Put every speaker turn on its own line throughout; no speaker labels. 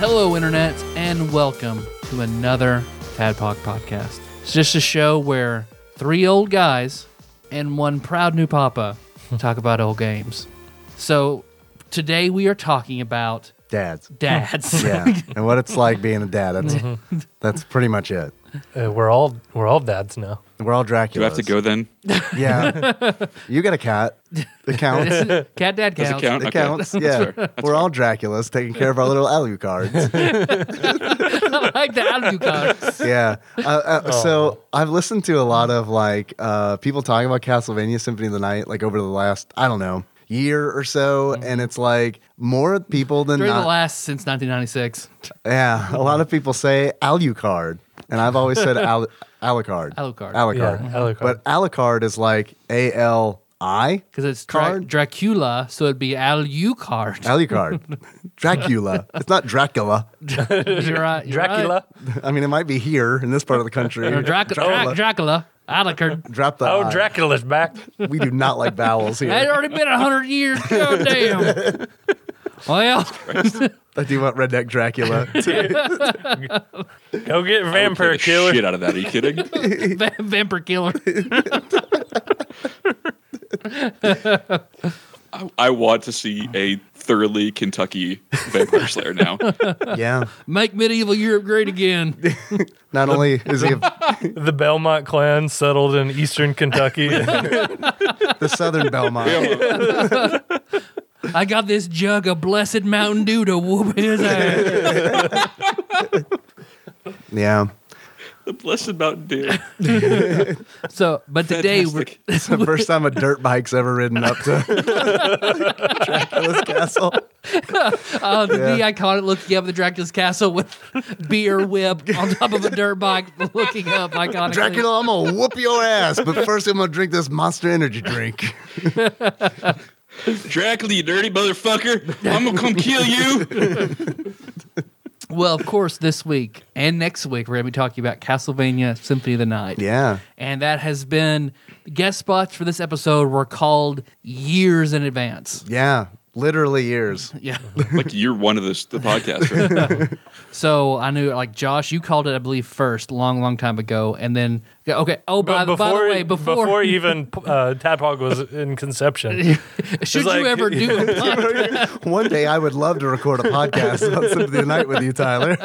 Hello, Internet, and welcome to another Tadpog podcast. It's just a show where three old guys and one proud new papa talk about old games. So today we are talking about
dads.
dads.
Yeah, and what it's like being a dad. That's
Mm-hmm.
that's pretty much it.
Uh, we're all we're all dads now.
We're all
Do
Dracula.
I have to go then?
Yeah, you got a cat. It counts. It
Cat dad
Does
counts.
it count? Okay.
counts. Yeah, we're all Draculas taking care of our little Alucards.
I like the out of you guys.
yeah. Uh, uh,
Oh.
So I've listened to a lot of like uh, people talking about Castlevania Symphony of the Night like over the last I don't know year or so, and it's like more people than
Mm-hmm. During
not.
the last since 1996,
yeah, a lot of people say Alucard, and I've always said Al- Alucard.
Alucard.
Alucard.
Yeah, Mm-hmm. Alucard.
But Alucard is like A L I
because it's Dra-
Card?
Dracula, so it'd be Al U card.
Alucard. Dracula. It's not Dracula.
You're right, you're
Dracula.
I mean, it might be here in this part of the country.
right. Or Drac- Dra-
Dracula.
Dracula. Alucard.
Drop the.
Oh,
I.
Dracula's back.
We do not like vowels
It
here.
already been a hundred years. God damn. Well,
I do want redneck Dracula.
Go get vampire
Take the
killer.
Shit out of that. Are you kidding?
Va- vampire killer.
I, I want to see a thoroughly Kentucky vampire slayer now.
yeah.
Make medieval Europe great again.
Not only is he a,
The Belmont clan settled in eastern Kentucky.
the Southern Belmont,
Damn,
I got this jug of blessed Mountain Dew to whoop his ass.
yeah,
the blessed Mountain Dew.
So, but today we're,
Fantastic.
it's the first time a dirt bike's ever ridden up to Dracula's castle.
uh, the
Yeah.
iconic looking up at the Dracula's castle with beer whip on top of a dirt bike, looking up iconically.
Dracula, I'm gonna whoop your ass, but first I'm gonna drink this Monster Energy drink.
Dracula, you dirty motherfucker. I'm going to come kill you.
Well, of course, this week and next week we're going to be talking about Castlevania Symphony of the Night.
Yeah,
And that has been guest spots for this episode were called years in advance.
yeah, literally years.
Yeah.
Like, you're one of this, the podcaster.
So I knew, like Josh, you called it, I believe, first, long, long time ago, and then okay. Oh, by,
But
the-
before,
by the way, before,
before even uh, Tadpog was in conception,
should
It's like-
you ever do a podcast?
One day I would love to record a podcast on Symphony of the Night with you, Tyler.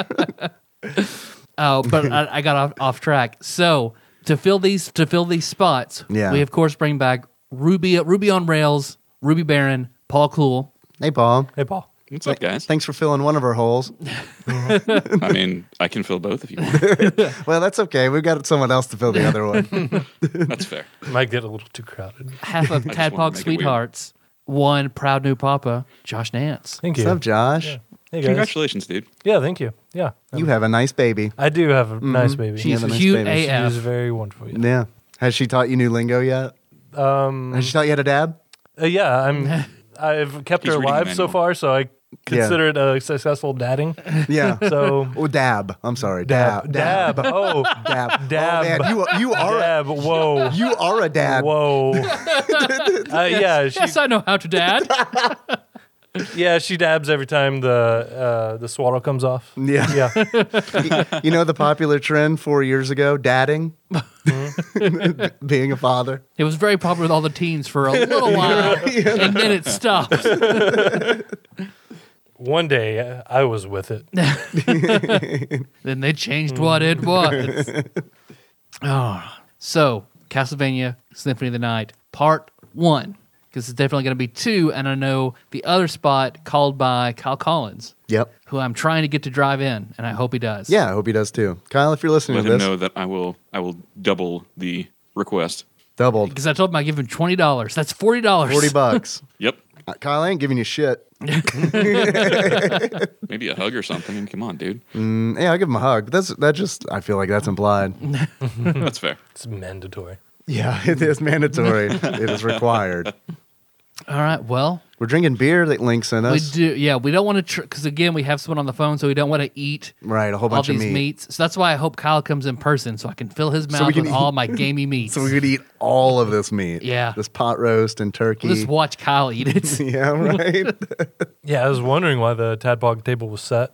Oh, but I, I got off, off track. So to fill these to fill these spots,
Yeah.
we of course bring back Ruby Ruby on Rails, Ruby Baron, Paul Cool.
Hey, Paul.
hey Paul,
What's up, guys?
Thanks for filling one of our holes.
I mean, I can fill both if you want.
Well, that's okay. We've got someone else to fill the other one.
That's fair.
might get a little too crowded.
Half of
wanted to
Tadpog
make it
Sweethearts, one proud new papa, Josh Nance.
Thank
What's
you.
up, Josh?
Hey guys.
Congratulations, dude.
Yeah, thank you. Yeah,
You have a nice baby.
I do have
Mm-hmm.
a nice baby.
She's
the nice
cute
baby. She
She is
AF.
very wonderful. Yeah,
Yeah. Has she taught you new lingo yet? Um, Has she taught you how to dab?
uh, yeah I'm. I've kept
He's
her
reading the
alive so
manual.
far, so I consider it a successful dadding.
Yeah.
So
oh, dab. I'm sorry. Dab.
dab, dab. Oh,
Dab.
Dab.
Oh, man. You, you are
dab. Whoa.
you are a dab.
Whoa. uh, yeah, she,
Yes, I know how to dad.
yeah, she dabs every time the uh, the swaddle comes off.
Yeah.
Yeah,
you know the popular trend four years ago, dadding,
Mm-hmm.
being a father.
It was very popular with all the teens for a little while, and then it stopped.
one day uh, I was with it.
Then they changed what it
Mm.
was. Ah. So, Castlevania Symphony of the Night, part one. Because it's definitely going to be two, and I know the other spot called by Kyle Collins,
Yep.
who I'm trying to get to drive in, and I hope he does.
Yeah, I hope he does too. Kyle, if you're listening
Let
to
him
this,
know that I will I will double the request.
doubled
Because I told him I give him twenty dollars. That's forty dollars.
forty bucks.
Yep.
Uh, Kyle, I ain't giving you shit.
Maybe a hug or something. And come on, dude.
Mm, yeah, I give him a hug. But that's that just I feel like that's implied.
That's fair.
It's mandatory.
yeah, it is mandatory. it is required.
All right. Well,
We're drinking beer that Link sent
we
us.
do. Yeah, we don't want to because again, we have someone on the phone, so we don't want to eat
Right, a whole
all
bunch of
these
meat.
meats. So that's why I hope Kyle comes in person, so I can fill his mouth
we can
with all
eat-
my gamey meats.
So we could eat all of this meat.
Yeah.
This pot roast and turkey.
Just watch Kyle eat it.
yeah, right.
Yeah, I was wondering why the Tadpog table was set.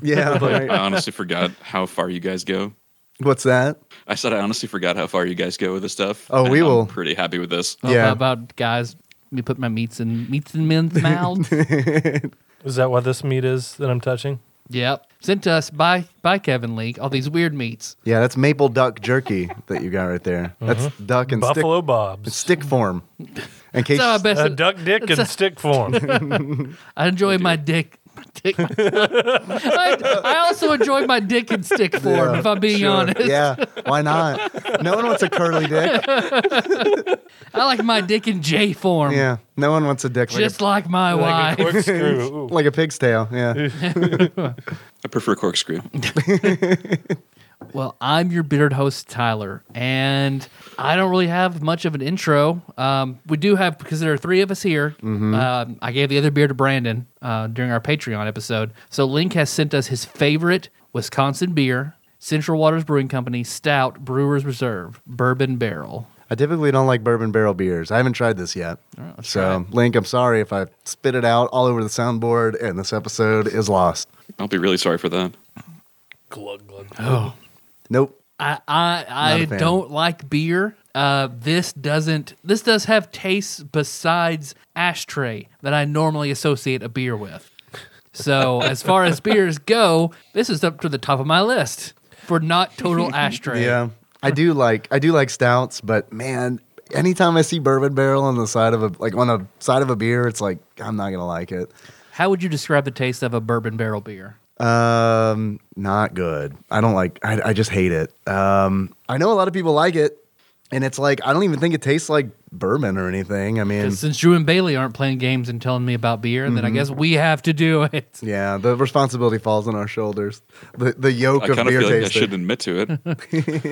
yeah,
I
right.
honestly forgot how far you guys go.
What's that?
I said I honestly forgot how far you guys go with this stuff.
Oh,
and
we
I'm
will.
Pretty happy with this.
Oh,
Yeah.
how about guys? Let me put my meats in meats in men's mouths.
Is that what this meat is that I'm touching?
yep. Sent to us by by Kevin League. All these weird meats.
Yeah, that's maple duck jerky that you got right there. That's duck and
Buffalo
stick,
Bob's.
stick form. In case
Uh-huh. It's not my best.
uh,
A duck dick in stick form.
I enjoy my dick. My dick. my- I, I also enjoy my dick and stick form.
Yeah,
if I'm being
sure.
honest,
Yeah, why not? No one wants a curly dick.
I like my dick in J form.
Yeah, no one wants a dick like
Just
a,
like my
like a
wife.
corkscrew. Ooh.
like a pig's tail. Yeah.
I prefer corkscrew.
Well, I'm your bearded host, Tyler, and I don't really have much of an intro. Um, we do have, because there are three of us here, um, I gave the other beer to Brandon uh, during our Patreon episode. So Link has sent us his favorite Wisconsin beer, Central Waters Brewing Company Stout Brewers Reserve Bourbon Barrel.
I typically don't like bourbon barrel beers. I haven't tried this yet.
Oh,
so, Link, I'm sorry if I spit it out all over the soundboard and this episode is lost.
I'll be really sorry for that.
Glug, glug.
Nope.
I I, I
a fan.
don't like beer. Uh, this doesn't. This does have tastes besides ashtray that I normally associate a beer with. So as far as beers go, this is up to the top of my list for not total ashtray.
Yeah. I do like I do like stouts, but man, anytime I see bourbon barrel on the side of a like on a side of a beer, it's like I'm not gonna like it.
How would you describe the taste of a bourbon barrel beer?
Um, not good. I don't like. I, I just hate it. Um, I know a lot of people like it, and it's like I don't even think it tastes like bourbon or anything. I mean,
'Cause since Drew and Bailey aren't playing games and telling me about beer, then I
Mm-hmm.
guess we have to do it.
yeah, the responsibility falls on our shoulders. The the yoke
I
of
kind of
beer
feel like I
tasting.
should admit to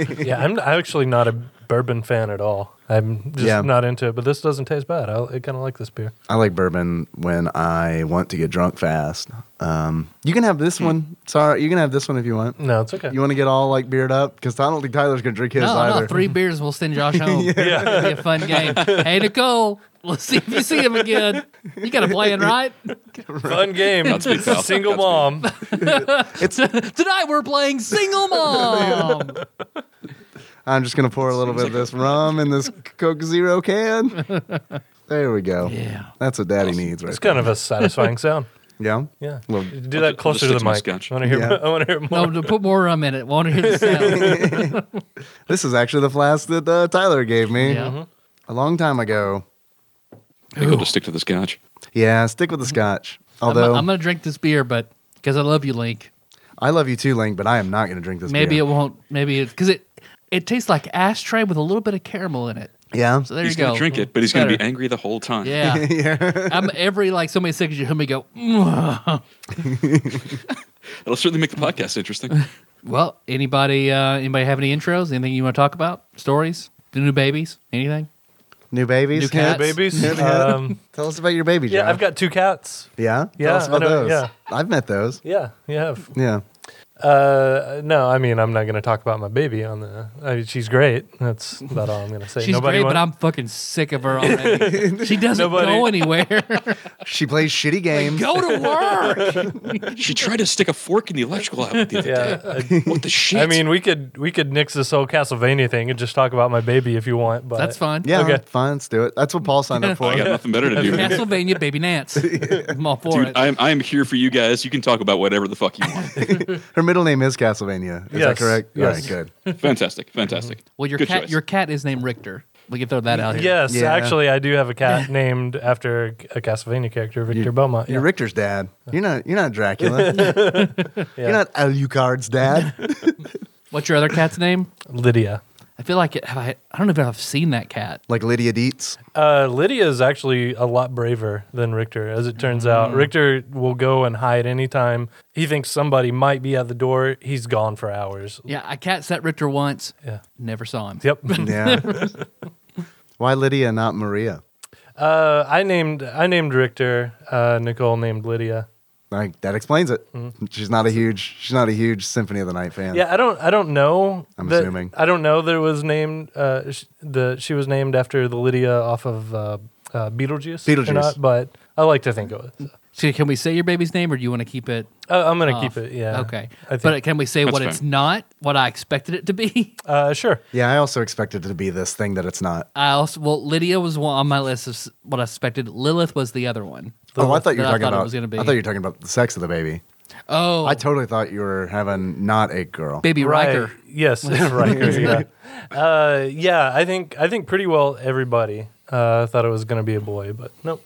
it.
Yeah, I'm I'm actually not a bourbon fan at all. I'm just
Yeah.
not into it, but this doesn't taste bad. I, I kind of like this beer.
I like bourbon when I want to get drunk fast. Um, you can have this
Hmm.
one. Sorry, you can have this one if you want.
No, it's okay.
You want to get all like beard up because I don't think Tyler's gonna drink his
No,
either.
no, three beers will send Josh home. It'll be a fun game. Hey, Nicole, let's see if you see him again. You got a plan, right?
Fun game.
Godspeed, pal.
Single
Godspeed.
mom.
Tonight we're playing Single Mom.
I'm just gonna pour a little bit of this rum in this Coke Zero can. There we go.
Yeah.
that's what Daddy needs right
It's kind of a satisfying sound.
there. Yeah,
Yeah.
Well,
Do
I'll
that
ju- I'll
closer
just
to the
stick to my
mic.
scotch.
I want to hear,
Yeah.
I want to hear more.
No, to put more rum in it. Want to hear the sound?
this is actually the flask that uh, Tyler gave me
Yeah.
a long time ago.
I think I'll just stick to the scotch.
Yeah, stick with the Scotch.
I'm,
Although i
I'm gonna drink this beer, but because I love you, Link.
love you too, Link, but I am not gonna drink this.
Maybe
beer.
it won't. Maybe it because it it tastes like ashtray with a little bit of caramel in it.
Yeah,
So there
He's
you go.
gonna drink it, but he's gonna be
Better.
angry the whole time.
Yeah.
yeah.
I'm every like so many seconds you hear me go. "Mm."
It'll certainly make the podcast interesting.
Well, anybody uh, anybody have any intros? Anything you want to talk about? Stories? The new babies? Anything?
New babies.
New cat.
Babies. Um,
Tell us about your baby.
yeah,
John.
I've got two cats.
Yeah,
Yeah,
Tell us
I
about
know,
those.
yeah.
I've met those.
Yeah, you have.
Yeah.
Uh, no, I mean, I'm not going to talk about my baby on the. I mean, she's great. That's about all I'm going to say.
She's
Nobody
great,
want-
but I'm fucking sick of her already. she doesn't
Nobody-
go anywhere.
She plays shitty games.
go to work.
she tried to stick a fork in the electrical outlet the other
Yeah.
day.
I-
What the shit?
I mean, we could we could nix this whole Castlevania thing and just talk about my baby if you want. But
That's fine.
Yeah,
Okay.
fine, let's do it. That's what Paul signed up for.
I got nothing better to do. man.
Castlevania Baby Nance. I'm all for
Dude,
it.
I'm, I'm here for you guys. You can talk about whatever the fuck you want.
Her middle name is Castlevania. Is that
Yes,
correct?
yes.
All right, good.
fantastic. Fantastic.
Mm-hmm. well, your
Good
cat,
choice.
your cat is named Richter. We can throw that out here.
Yes,
Yeah.
actually, I do have a cat named after a Castlevania character, Victor Belmont.
You're
Yeah.
Richter's dad. You're not. You're not Dracula. You're not Alucard's dad.
What's your other cat's name?
Lydia.
I feel like it, have I, I don't know if I've seen that cat.
Like Lydia Dietz.
Uh, Lydia is actually a lot braver than Richter, as it turns
Mm.
out. Richter will go and hide anytime he thinks somebody might be at the door. He's gone for hours.
Yeah, I cat sat Richter once.
Yeah.
Never saw him.
Yep.
Yeah. Why Lydia, and not Maria?
uh, I named I named Richter. Uh, Nicole named Lydia.
Like that explains it.
Mm-hmm.
She's not a huge. She's not a huge Symphony of the Night fan.
Yeah, I don't I don't know.
I'm
that-
assuming.
I don't know that it was named. Uh, sh- the she was named after the Lydia off of uh, uh, Beetlejuice. or
Beetlejuice.
not, but I like to think it was.
So can we say your baby's name or do you want to keep it?
Uh, I'm
Oh.
gonna keep
off?
it. Yeah.
Okay.
I think,
But can we say
That's
what
fine.
it's not, what I expected it to be?
uh, sure.
Yeah, I also expected it to be this thing that it's not.
I also, well, Lydia was one on my list of s- what I expected. Lilith was the other one.
oh, I thought you were
that I
talking
thought it
about.
was gonna be.
I thought you were talking about the sex of the baby.
Oh,
I totally thought you were having not a girl.
baby Riker.
Yes, Riker. Yeah. Uh, yeah, I think I think pretty well everybody uh, thought it was going to be a boy, but nope,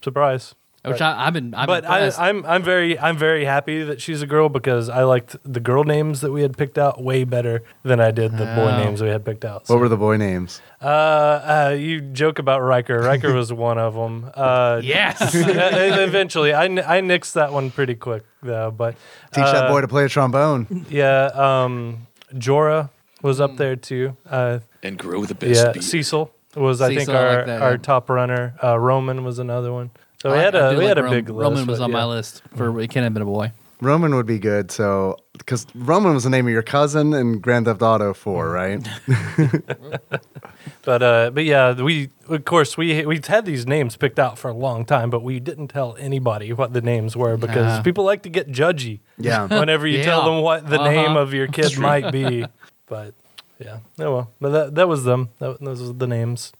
surprise.
Which I, I've been, I've
But I, I'm I'm very I'm very happy that she's a girl because I liked the girl names that we had picked out way better than I did the boy
Oh.
names we had picked out.
What
So,
were the boy names?
uh, uh, you joke about Riker. Riker was one of them. Uh,
yes.
eventually, I, kn- I nixed that one pretty quick though. But
Teach
uh,
that boy to play a trombone.
Yeah, um, Jorah was
Hmm.
up there too. Uh,
and grow the best.
yeah,
beard.
Cecil was I think
Cecil, I like
our,
that,
our
yeah.
top runner. Uh, Roman was another one. So we
I-
had
I
a
do
we
like
had a
Rom-
big list.
Roman was
but
on my
yeah. Mm.
list for it can't have been a boy.
Roman would be good. So, because Roman was the name of your cousin in Grand Theft Auto 4,
Mm.
right?
But uh, but yeah, we of course we we had these names picked out for a long time, but we didn't tell anybody what the names were because
Nah.
people like to get judgy.
Yeah.
whenever you tell
Yeah.
them what the
Uh-huh.
name of your kid might be. But yeah, oh well. But that that was them. That, those were the names.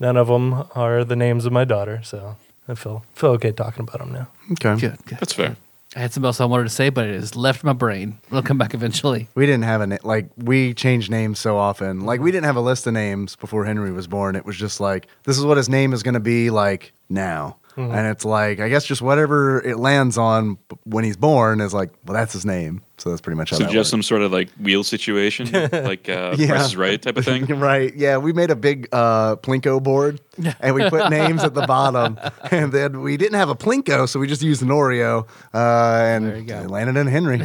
None of them are the names of my daughter, so I feel feel okay talking about them now.
okay.
Good, good.
That's fair.
I had something else I wanted to say, but it has left my brain. It'll come back eventually.
We didn't have a na- like we changed names so often. Like
Mm-hmm.
we didn't have a list of names before Henry was born. It was just like this is what his name is going to be like now.
Mm-hmm.
And it's like I guess just whatever it lands on b- when he's born is like well that's his name. So that's pretty much how
So
that
just
works.
some sort of like wheel situation, like uh,
Yeah.
Price is Right type of thing.
Right. Yeah, we made a big uh plinko board and we put names at the bottom. And then we didn't have a plinko, so we just used an Oreo uh and
There you go.
it landed in Henry.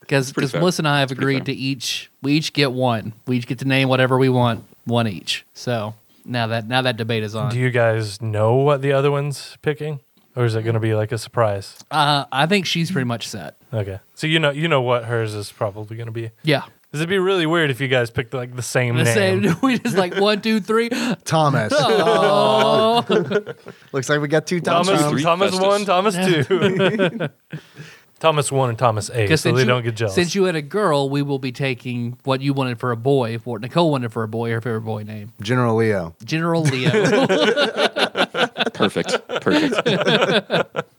Because
pretty fair.
Melissa and I have
pretty
agreed to
fair.
each, we each get one. We each get to name whatever we want, one each. So now that now that debate is on.
Do you guys know what the other one's picking, or is it going to be like a surprise?
uh, I think she's pretty much set.
Okay, so you know you know what hers is probably going to be.
Yeah.
Because it'd be really weird if you guys picked like the same
The
name.
same, we just like one, two, three.
Thomas.
Oh,
Looks like we got two Thomas.
Thomas,
Thomas three,
Thomas
Festus.
one, Thomas two, Thomas one, and Thomas eight.
Because
So
since
they
you-
don't get jealous.
Since you had a girl, we will be taking what you wanted for a boy, what Nicole wanted for a boy, her favorite boy name,
General Leo.
General Leo.
Perfect. Perfect.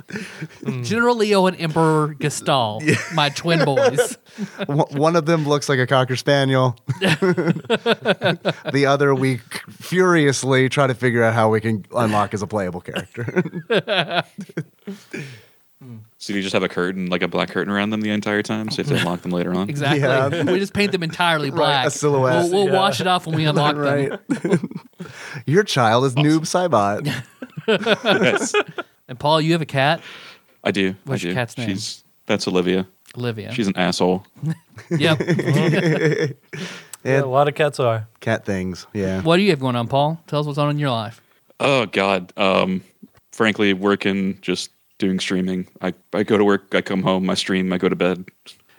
Hmm.
General Leo and Emperor Gestal, my twin boys.
W- one of them looks like a cocker spaniel. the other we c- furiously try to figure out how we can unlock as a playable character.
so you just have a curtain, like a black curtain around them the entire time, so you have to unlock them later on.
Exactly.
Yeah.
We just paint them entirely black.
a silhouette.
We'll, we'll
Yeah.
wash it off when we unlock
right.
them.
Your child is Noob Saibot.
Yes.
And Paul, you have a cat,
I do.
What's
I do.
your cat's name?
She's that's Olivia.
Olivia.
She's an asshole.
yep.
yeah, a lot of cats are.
Cat things. Yeah.
what do you have going on, Paul? Tell us what's on in your life.
Oh God. Um, frankly, working, just doing streaming. I, I go to work, I come home, I stream, I go to bed.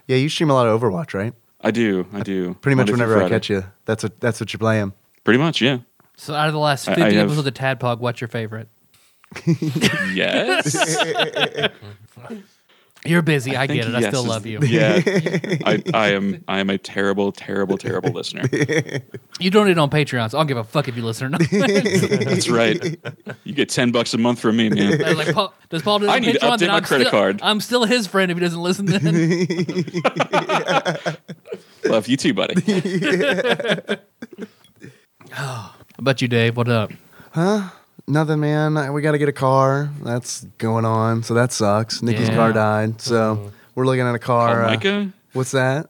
Yeah, you stream a lot of Overwatch, right?
I do. I do.
Pretty much
Monday through
whenever I
Friday.
catch you. That's what that's what you're playing.
Pretty much, yeah.
So, out of the last
I- I
50
have-
episodes of Tadpog, what's your favorite?
Yes.
You're busy. I,
think
get it. I
yes
still
is-
love you.
Yeah. I, I am I am a terrible, terrible, terrible listener.
You donate on Patreon, so I don't give a fuck if you listen or not.
That's right. You get ten bucks a month from me, man.
I was like, Paul, does Paul do this
I
on
need to
Patreon?
update
Then
my
I'm
credit
still-
card.
I'm still his friend if he doesn't listen then.
Love you too, buddy.
I bet you, Dave. What up?
Nothing, man. I- We got to get a car. That's going on. So that sucks. Nikki's
Yeah. Mm-hmm.
car died. So we're looking at a car.
Call
uh,
Micah.
what's that?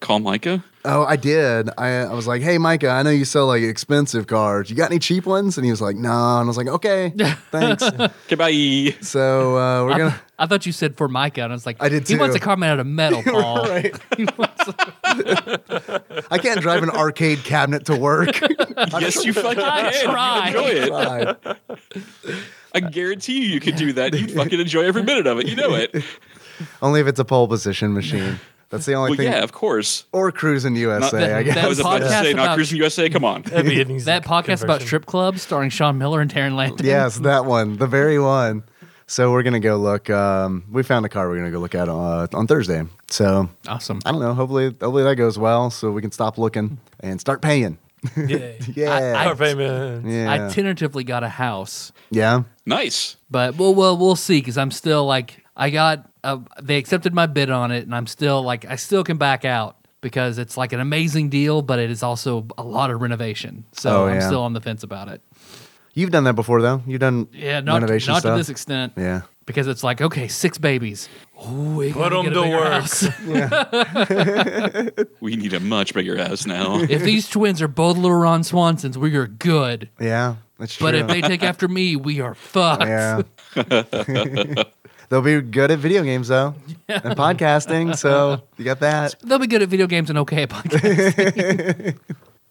Call Micah.
Oh, I did. I, I was like, hey, Micah, I know you sell like expensive cars. You got any cheap ones? And he was like, nah. And I was like, okay, thanks.
Goodbye.
so uh, we're going to.
I thought you said Formica, and I was like,
I did
He wants a
too.
car made out of metal, Paul.
Right.
He wants a-
I can't drive an arcade cabinet to work.
Yes, you fucking
I
can.
tried.
Enjoy it.
Fine.
I guarantee you, you could do that. You'd fucking enjoy every minute of it. You know it.
Only if it's a pole position machine. That's the only
Well,
thing.
yeah, of course.
Or cruising USA,
that-
I guess.
I was about to
podcast
say,
about-
not cruising USA. Come on.
That'd be an easy
that podcast about
conversion.
strip clubs starring Sean Miller and Taryn Landon.
yes, that one, the very one. So we're gonna go look. Um, we found a car. We're gonna go look at uh, on Thursday. So
Awesome.
I don't know. Hopefully, hopefully that goes well, so we can stop looking and start paying.
Yay.
Yeah,
Car payments.
yeah,
I tentatively got a house,
yeah.
Nice.
but well, well, we'll see because I'm still like I got. Uh, they accepted my bid on it, and I'm still like I still can back out because it's like an amazing deal, but it is also a lot of renovation. So
Oh,
I'm
yeah.
still on the fence about it.
You've done that before, though. You've done
Yeah, not
renovation
not
stuff.
to this extent.
yeah.
because it's like okay, six babies. Ooh, we
Put
gotta
'em
get a
to
bigger
work.
house.
We need a much bigger house now.
if these twins are both little Ron Swansons, we are good.
Yeah, that's true.
But if they take after me, we are fucked.
yeah. They'll be good at video games though, and podcasting. So you got that.
They'll be good at video games and okay at podcasts.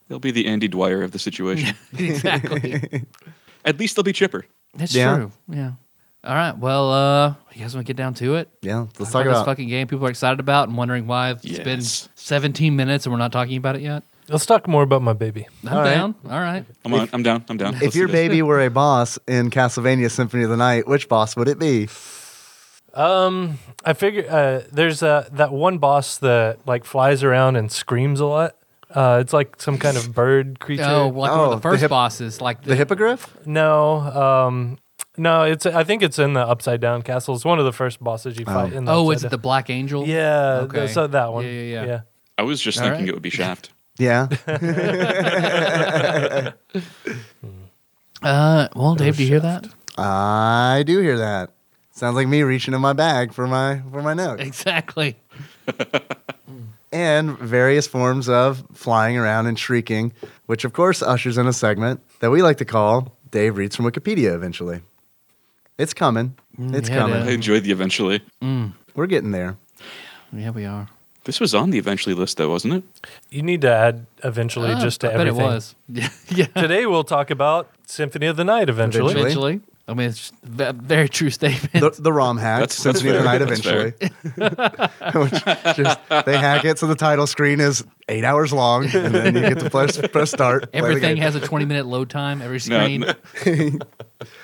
They'll be the Andy Dwyer of the situation.
exactly.
At least they'll be chipper.
That's
Yeah.
true. Yeah. All right. Well, uh, you guys want to get down to it?
Yeah, let's
Talk
talk
about this
about
fucking game people are excited about and wondering why it's been
Yes.
17 minutes and we're not talking about it yet.
Let's talk more about my baby.
I'm
All right.
down. All right.
I'm on. I'm down. I'm down.
If
Let's do
your
this.
baby were a boss in Castlevania Symphony of the Night, which boss would it be?
Um, I figure uh, there's uh, that one boss that like flies around and screams a lot. Uh, it's like some kind of bird creature.
Oh, like one of
Oh,
the
the
first
hip-
bosses. Like
The hippogriff?
No, um, no, it's I think it's in the Upside Down Castle. It's one of the first bosses you fight. in the
Oh,
Upside
is it the
Down-
Black Angel?
Yeah,
Okay.
so that one.
Yeah, yeah, yeah.
I was just
All
thinking
right.
it would be Shaft.
Yeah.
Uh, well, Dave, do you hear that?
I do hear that. Sounds like me reaching in my bag for my for my note.
Exactly.
And various forms of flying around and shrieking, which of course ushers in a segment that we like to call Dave Reads from Wikipedia eventually. It's coming. It's
Mm, yeah, it
coming.
I enjoyed the eventually.
We're getting there.
Yeah, we are.
This was on the eventually list, though, wasn't it?
You need to add eventually
Ah,
just to
I bet
everything.
it was. Yeah. yeah.
Today we'll talk about Symphony of the Night eventually.
Eventually.
Eventually. I mean, it's just a very true statement.
The, the ROM hack,
That's- that's
Symphony of the
fair.
Night
That's
eventually. Which just, they hack it so the title screen is eight hours long, and then you get to press, press start. play the
Everything
game.
has a 20 minute load time, every
No,
screen.
no.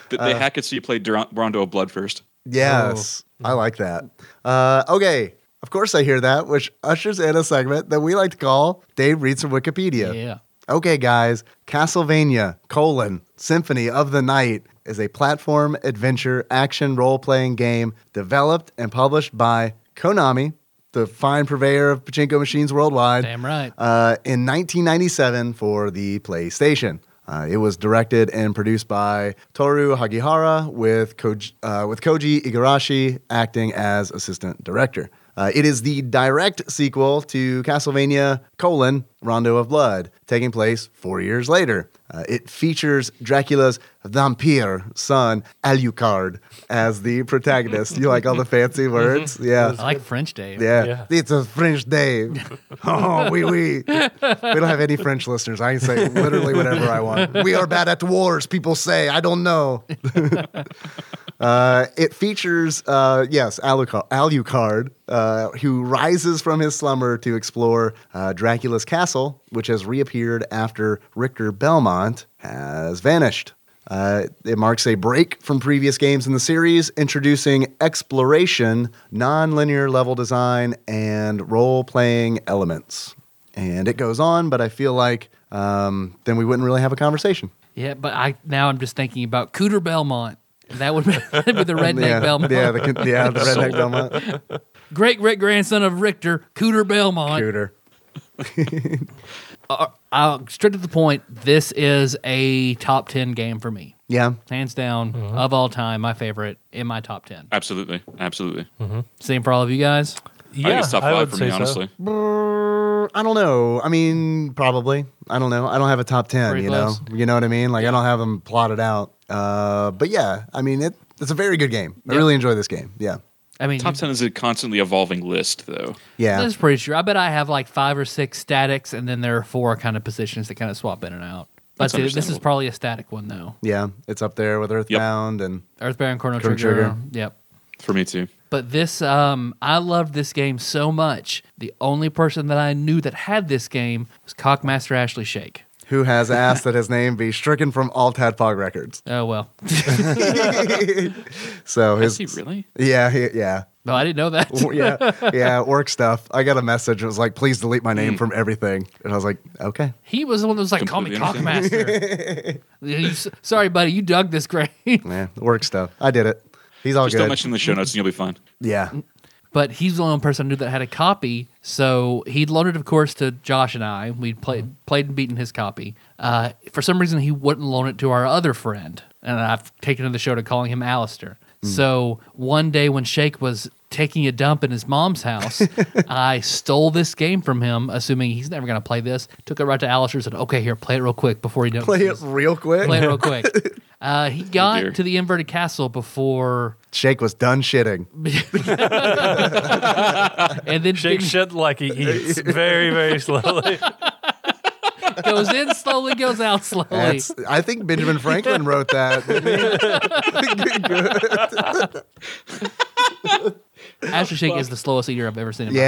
Did they hack it so you played Dur- Rondo of Blood first?
Yes,
Oh.
I like that. Uh, okay, of course I hear that, which ushers in a segment that we like to call Dave Reads from Wikipedia.
Yeah.
Okay, guys, Castlevania colon Symphony of the Night is a platform adventure action role playing game developed and published by Konami, the fine purveyor of pachinko machines worldwide.
Damn right.
Uh, in 1997 for the PlayStation. Uh, it was directed and produced by Toru Hagihara with Koji, uh, with Koji Igarashi acting as assistant director. Uh, it is the direct sequel to Castlevania colon Rondo of Blood, taking place four years later. Uh, it features Dracula's vampire son Alucard as the protagonist. you like all the fancy words, yeah?
I like French Dave.
Yeah.
Yeah.
It's a French day. oh, oui, oui. We don't have any French listeners. I can say literally whatever I want. We are bad at wars, people say. I don't know. Uh, it features, uh, yes, Alucard, Alucard uh, who rises from his slumber to explore uh, Dracula's castle, which has reappeared after Richter Belmont has vanished. Uh, it marks a break from previous games in the series, introducing exploration, non-linear level design, and role-playing elements. And it goes on, but I feel like um, then we wouldn't really have a conversation.
Yeah, but I now I'm just thinking about Cooter Belmont. That would be, that'd be the redneck
yeah,
Belmont.
Yeah, the, con- yeah, the redneck Belmont.
Great great grandson of Richter, Cooter Belmont.
Cooter.
Uh, straight to the point, this is a top 10 game for me.
Yeah.
Hands down, of all time, my favorite in my top 10.
Absolutely, absolutely.
Same for all of you guys.
I
Yeah,
think it's top
I would
five for
say
me,
so.
honestly.
Uh, I don't know. I mean, probably. I don't know. I don't have a top ten.
Pretty
you
close.
know. You know what I mean? Like I don't have them plotted out. Uh, but yeah, I mean, it, it's a very good game. I
Yeah.
really enjoy this game. Yeah,
I mean,
Mm-hmm. Top
you-
ten is a constantly evolving list, though.
yeah.
that's pretty sure. I bet I have like five or six statics, and then there are four kind of positions that kind of swap in and out. But
That's
see, this is
understandable.
probably a static one though.
Yeah, it's up there with Earthbound and
Earthbound Chrono
Chrono
Trigger.
Trigger.
Yep.
For me too.
But this, um, I loved this game so much. The only person that I knew that had this game was Cockmaster Ashley Shake.
who has asked that his name be stricken from all Tadpog records.
Oh well,
So
Is
his
he really?
yeah he- yeah
no, I didn't know that.
yeah yeah work stuff. I got a message. It was like, please delete my
Mm.
name from everything. And I was like, okay.
He was the one that was like, "Call me
Completely
Cockmaster." Yeah, you s- Sorry, buddy, you dug this grave.
Yeah, work stuff. I did it. He's all
Just
good.
don't mention Mm. the show notes and you'll be fine.
yeah.
but he's the only person I knew that had a copy. So he loaned it, of course, to Josh and I. We played played and beaten his copy. Uh, for some reason, he wouldn't loan it to our other friend, and I've taken to the show to calling him Alistair. So one day when Shake was taking a dump in his mom's house, I stole this game from him, assuming he's never going to play this. Took it right to Alistair, said, "Okay, here, play it real quick before he does
Play it real quick.
Play it real quick." Uh, he got
dear.
to the inverted castle before,
Shake was done shitting.
and then
Shake
didn't-
shit like he eats very, very slowly.
goes in slowly, goes out slowly.
That's, I think Benjamin Franklin wrote that. didn't he?
Ashley Shake is the slowest eater I've ever seen in my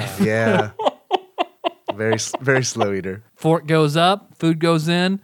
fucking
yeah,
life.
yeah. Very, s- very slow eater.
Fork goes up, food goes in,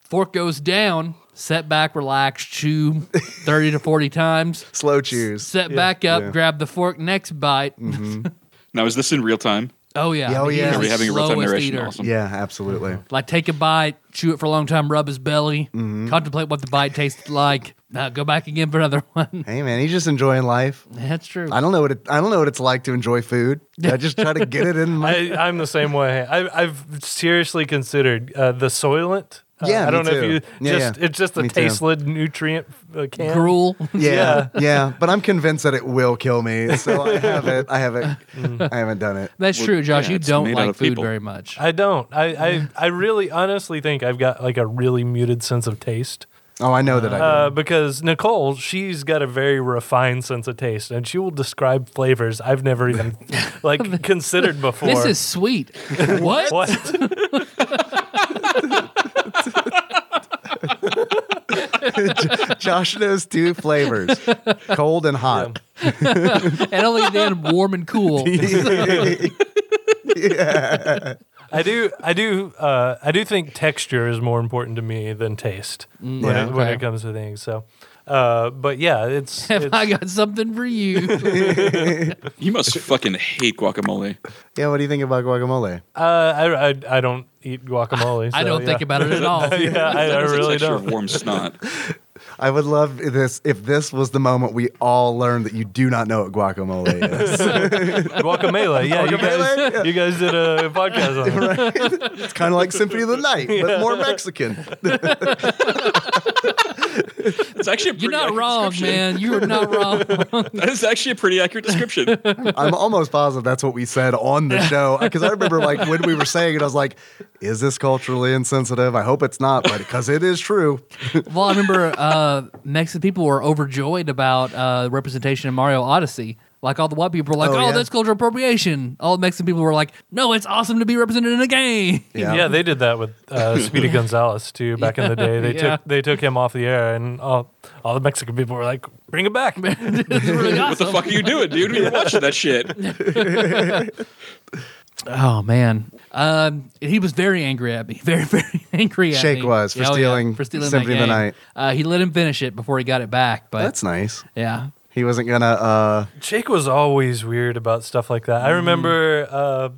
fork goes down, set back, relax, chew 30 to 40 times,
Slow chews.
set back up,
Yeah. Mm-hmm.
grab the fork, next bite.
Now is this in real time?
Oh, yeah.
Yeah, oh,
He
yeah.
is
Are we
the
having a real time
slowest
narration?
eater.
Awesome.
Yeah, absolutely.
Like, take a bite, chew it for a long time, rub his belly,
Mm-hmm.
contemplate what the bite tasted like. Now go back again for another one.
Hey man, he's just enjoying life.
That's true.
I don't know what it, I don't know what it's like to enjoy food. I just try to get it in my.
I, I'm the same way. I, I've seriously considered uh, the Soylent. Uh,
Yeah,
I don't
me
know
too.
if you
Yeah,
just
yeah.
it's just a
Me too.
tasteless nutrient uh, can.
Gruel.
yeah, yeah, But I'm convinced that it will kill me, so I haven't. I haven't. I haven't done it.
That's
Well,
true, Josh.
yeah,
you
it's
don't
made out
like
of
food
people.
very much.
I don't. I, I
Mm.
I really honestly think I've got like a really muted sense of taste.
Oh, I know that I. do.
Uh, because Nicole, she's got a very refined sense of taste, and she will describe flavors I've never even like considered before.
This is sweet. what?
what?
Josh knows two flavors, cold and hot.
and only then warm and cool.
I do, I do, uh, I do think texture is more important to me than taste when,
Yeah.
it, when
Okay.
it comes to things. So, uh, but yeah, it's,
Have I
it's-
got something for you?
You must fucking hate guacamole.
Yeah, what do you think about guacamole?
uh, I, I, I don't eat guacamole.
I
so,
don't
yeah.
think about it at all.
yeah, I, I
It's a
really
texture of
don't.
Warm snot.
I would love this if this was the moment we all learned that you do not know what guacamole is.
Guacamole. Yeah, you
Guacamole?
guys,
Yeah.
you guys did a podcast on it.
it's kind of like Symphony of the Night, but more Mexican.
It's actually a pretty
You're not
accurate
wrong,
description.
man. You are not wrong.
That is actually a pretty accurate description.
I'm almost positive that's what we said on the show because I remember like when we were saying it, I was like, "Is this culturally insensitive? I hope it's not, but because it is true."
well, I remember uh, Mexican people were overjoyed about uh, representation in Mario Odyssey. Like all the white people were like,
Oh,
"Oh,
yeah.
that's cultural appropriation." All the Mexican people were like, "No, it's awesome to be represented in a game."
Yeah. they did that with uh, Speedy Gonzalez too back in the day. They
Yeah.
took they took him off the air, and all all the Mexican people were like, "Bring him back."
it's really
What the
awesome.
fuck are you doing, dude? We were watching that shit.
Oh man, um, he was very angry at me. Very, very angry at
Shake
me. Oh,
was for
yeah,
stealing
for stealing
Symphony of the
that game.
Night.
Uh, he let him finish it before he got it back. But
That's nice.
yeah,
He wasn't gonna. uh
Jake was always weird about stuff like that. I
Mm-hmm.
remember, uh,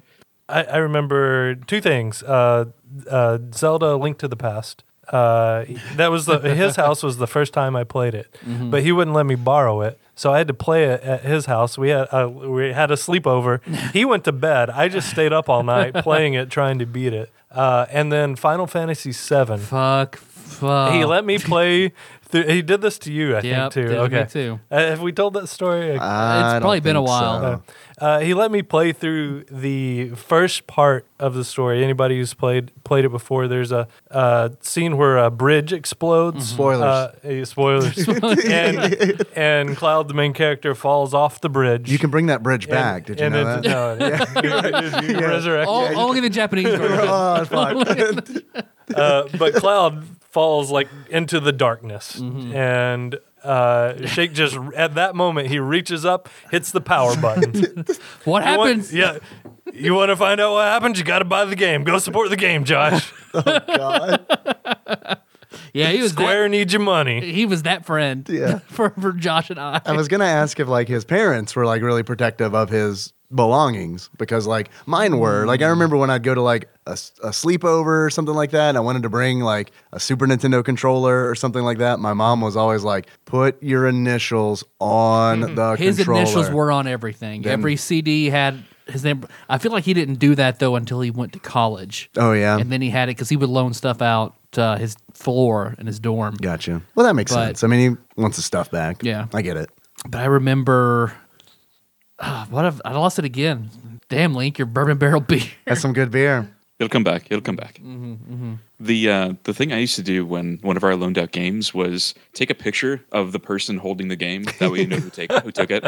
I, I remember two things: uh, uh, Zelda: A Link to the Past. Uh, that was the his house was the first time I played it,
Mm-hmm.
but he wouldn't let me borrow it, so I had to play it at his house. We had uh, we had a sleepover. He went to bed. I just stayed up all night playing it, trying to beat it. Uh, and then Final Fantasy VII.
fuck. Wow.
He let me play. Through, he did this to you, I
Yep,
think, too.
did it to me
okay,
too.
Uh, have we told that story?
I don't
probably been a
think
while.
so.
Uh, uh, he let me play through the first part of the story. Anybody who's played played it before, there's a uh, scene where a bridge explodes.
Mm-hmm. Spoilers.
Uh, eh, spoilers. and, and Cloud, the main character, falls off the bridge.
You can bring that bridge back. Did you
and
know
it's-
that?
No, you- you resurrect-
O- only oh, the Japanese version.
Oh, fuck.
uh, but Cloud falls like into the darkness, and uh, Shake just at that moment he reaches up, hits the power button. You
What
want-
happens?
yeah. You want to find out what happens? You got to buy the game. Go support the game, Josh.
God.
yeah, he was
Square needs your
That,
money.
he was that friend.
Yeah.
for for Josh and I.
I was gonna ask if like his parents were like really protective of his belongings because like mine were. Like I remember when I'd go to like a, s- a sleepover or something like that, and I wanted to bring like a Super Nintendo controller or something like that. My mom was always like, "Put your initials on the
Mm-hmm. his
controller."
initials were on everything. Every CD had his name. I feel like he didn't do that though until he went to college.
Oh yeah.
and then he had it because he would loan stuff out to his floor in his dorm.
Gotcha. Well, that makes
But-
sense. I mean, he wants his stuff back.
Yeah.
I get it.
But I remember, ah, what if I lost it again? Damn, Link, your bourbon barrel beer.
That's some good beer.
It'll come back. It'll come back.
Mm-hmm,
The uh, the thing I used to do when one of our loaned out games was take a picture of the person holding the game. That way you know who take who took it.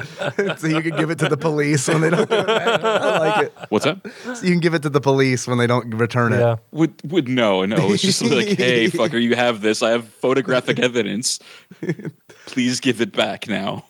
so you can give it to the police when they don't. Give it back. I like it.
What's up?
So you can give it to the police when they don't return it.
Yeah.
Would would no no? It's just like, hey, fucker, you have this. I have photographic evidence. Please give it back now.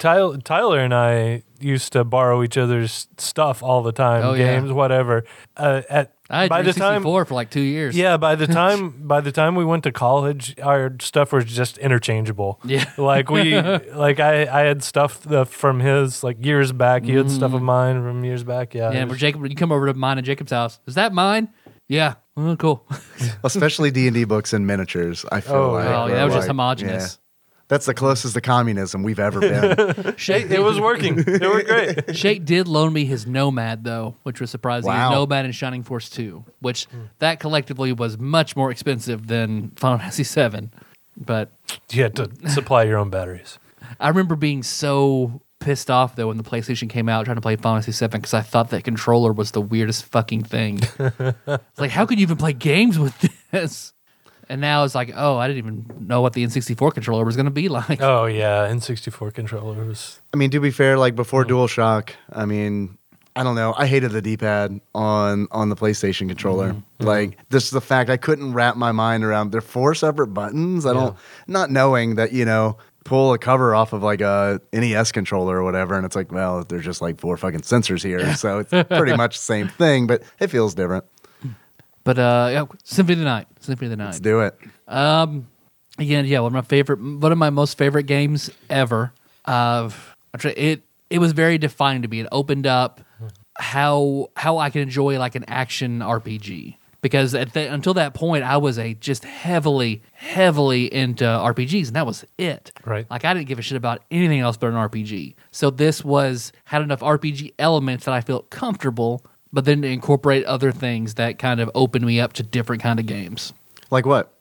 Tyler, Tyler and I used to borrow each other's stuff all the time,
Oh, yeah.
games, whatever. Uh, at
I had
by the time,
64 for like two years.
Yeah, by the time by the time we went to college, our stuff was just interchangeable.
Yeah.
like we like I I had stuff the, from his like years back. He had stuff of mine from years back. Yeah,
Mm. Yeah,
it
when
was-
Jacob, when you come over to mine and Jacob's house, is that mine? Yeah. Oh, cool.
especially D and D books and miniatures. I feel
Oh,
like
yeah.
Oh, yeah, that
They're
was just
like-
homogenous.
yeah. That's the closest to communism we've ever been.
Shake,
it was working. It worked great.
Shake did loan me his Nomad though, which was surprising. His
Wow.
Nomad and Shining Force Two, which
Hmm.
that collectively was much more expensive than Final Fantasy Seven. But
You had to supply your own batteries.
I remember being so pissed off though when the PlayStation came out trying to play Final Fantasy Seven because I thought that controller was the weirdest fucking thing. It's like, how could you even play games with this? And now it's like, oh, I didn't even know what the N64 controller was going to be like.
Oh yeah, N64 controller was
I mean, to be fair, like
Mm.
before DualShock, I mean, I don't know. I hated the D pad on on the PlayStation controller.
Mm-hmm.
Like this is the fact I couldn't wrap my mind around. They're four separate buttons. I don't not knowing that you know pull a cover off of like a NES controller or whatever, and it's like, well, there's just like four fucking sensors here, so it's pretty much the same thing, but it feels different.
But uh, yeah, Symphony of the Night, Symphony of the Night.
Let's do it.
Again, yeah, one of my favorite, one of my most favorite games ever. Of I'm try- it, it was very defining to me. It opened up how how I can enjoy like an action RPG because at the, until that point I was a just heavily heavily into RPGs and that was it.
Right.
Like I didn't give a shit about anything else but an RPG. So this was had enough RPG elements that I felt comfortable, but then to incorporate other things that kind of opened me up to different kind of games
Like what?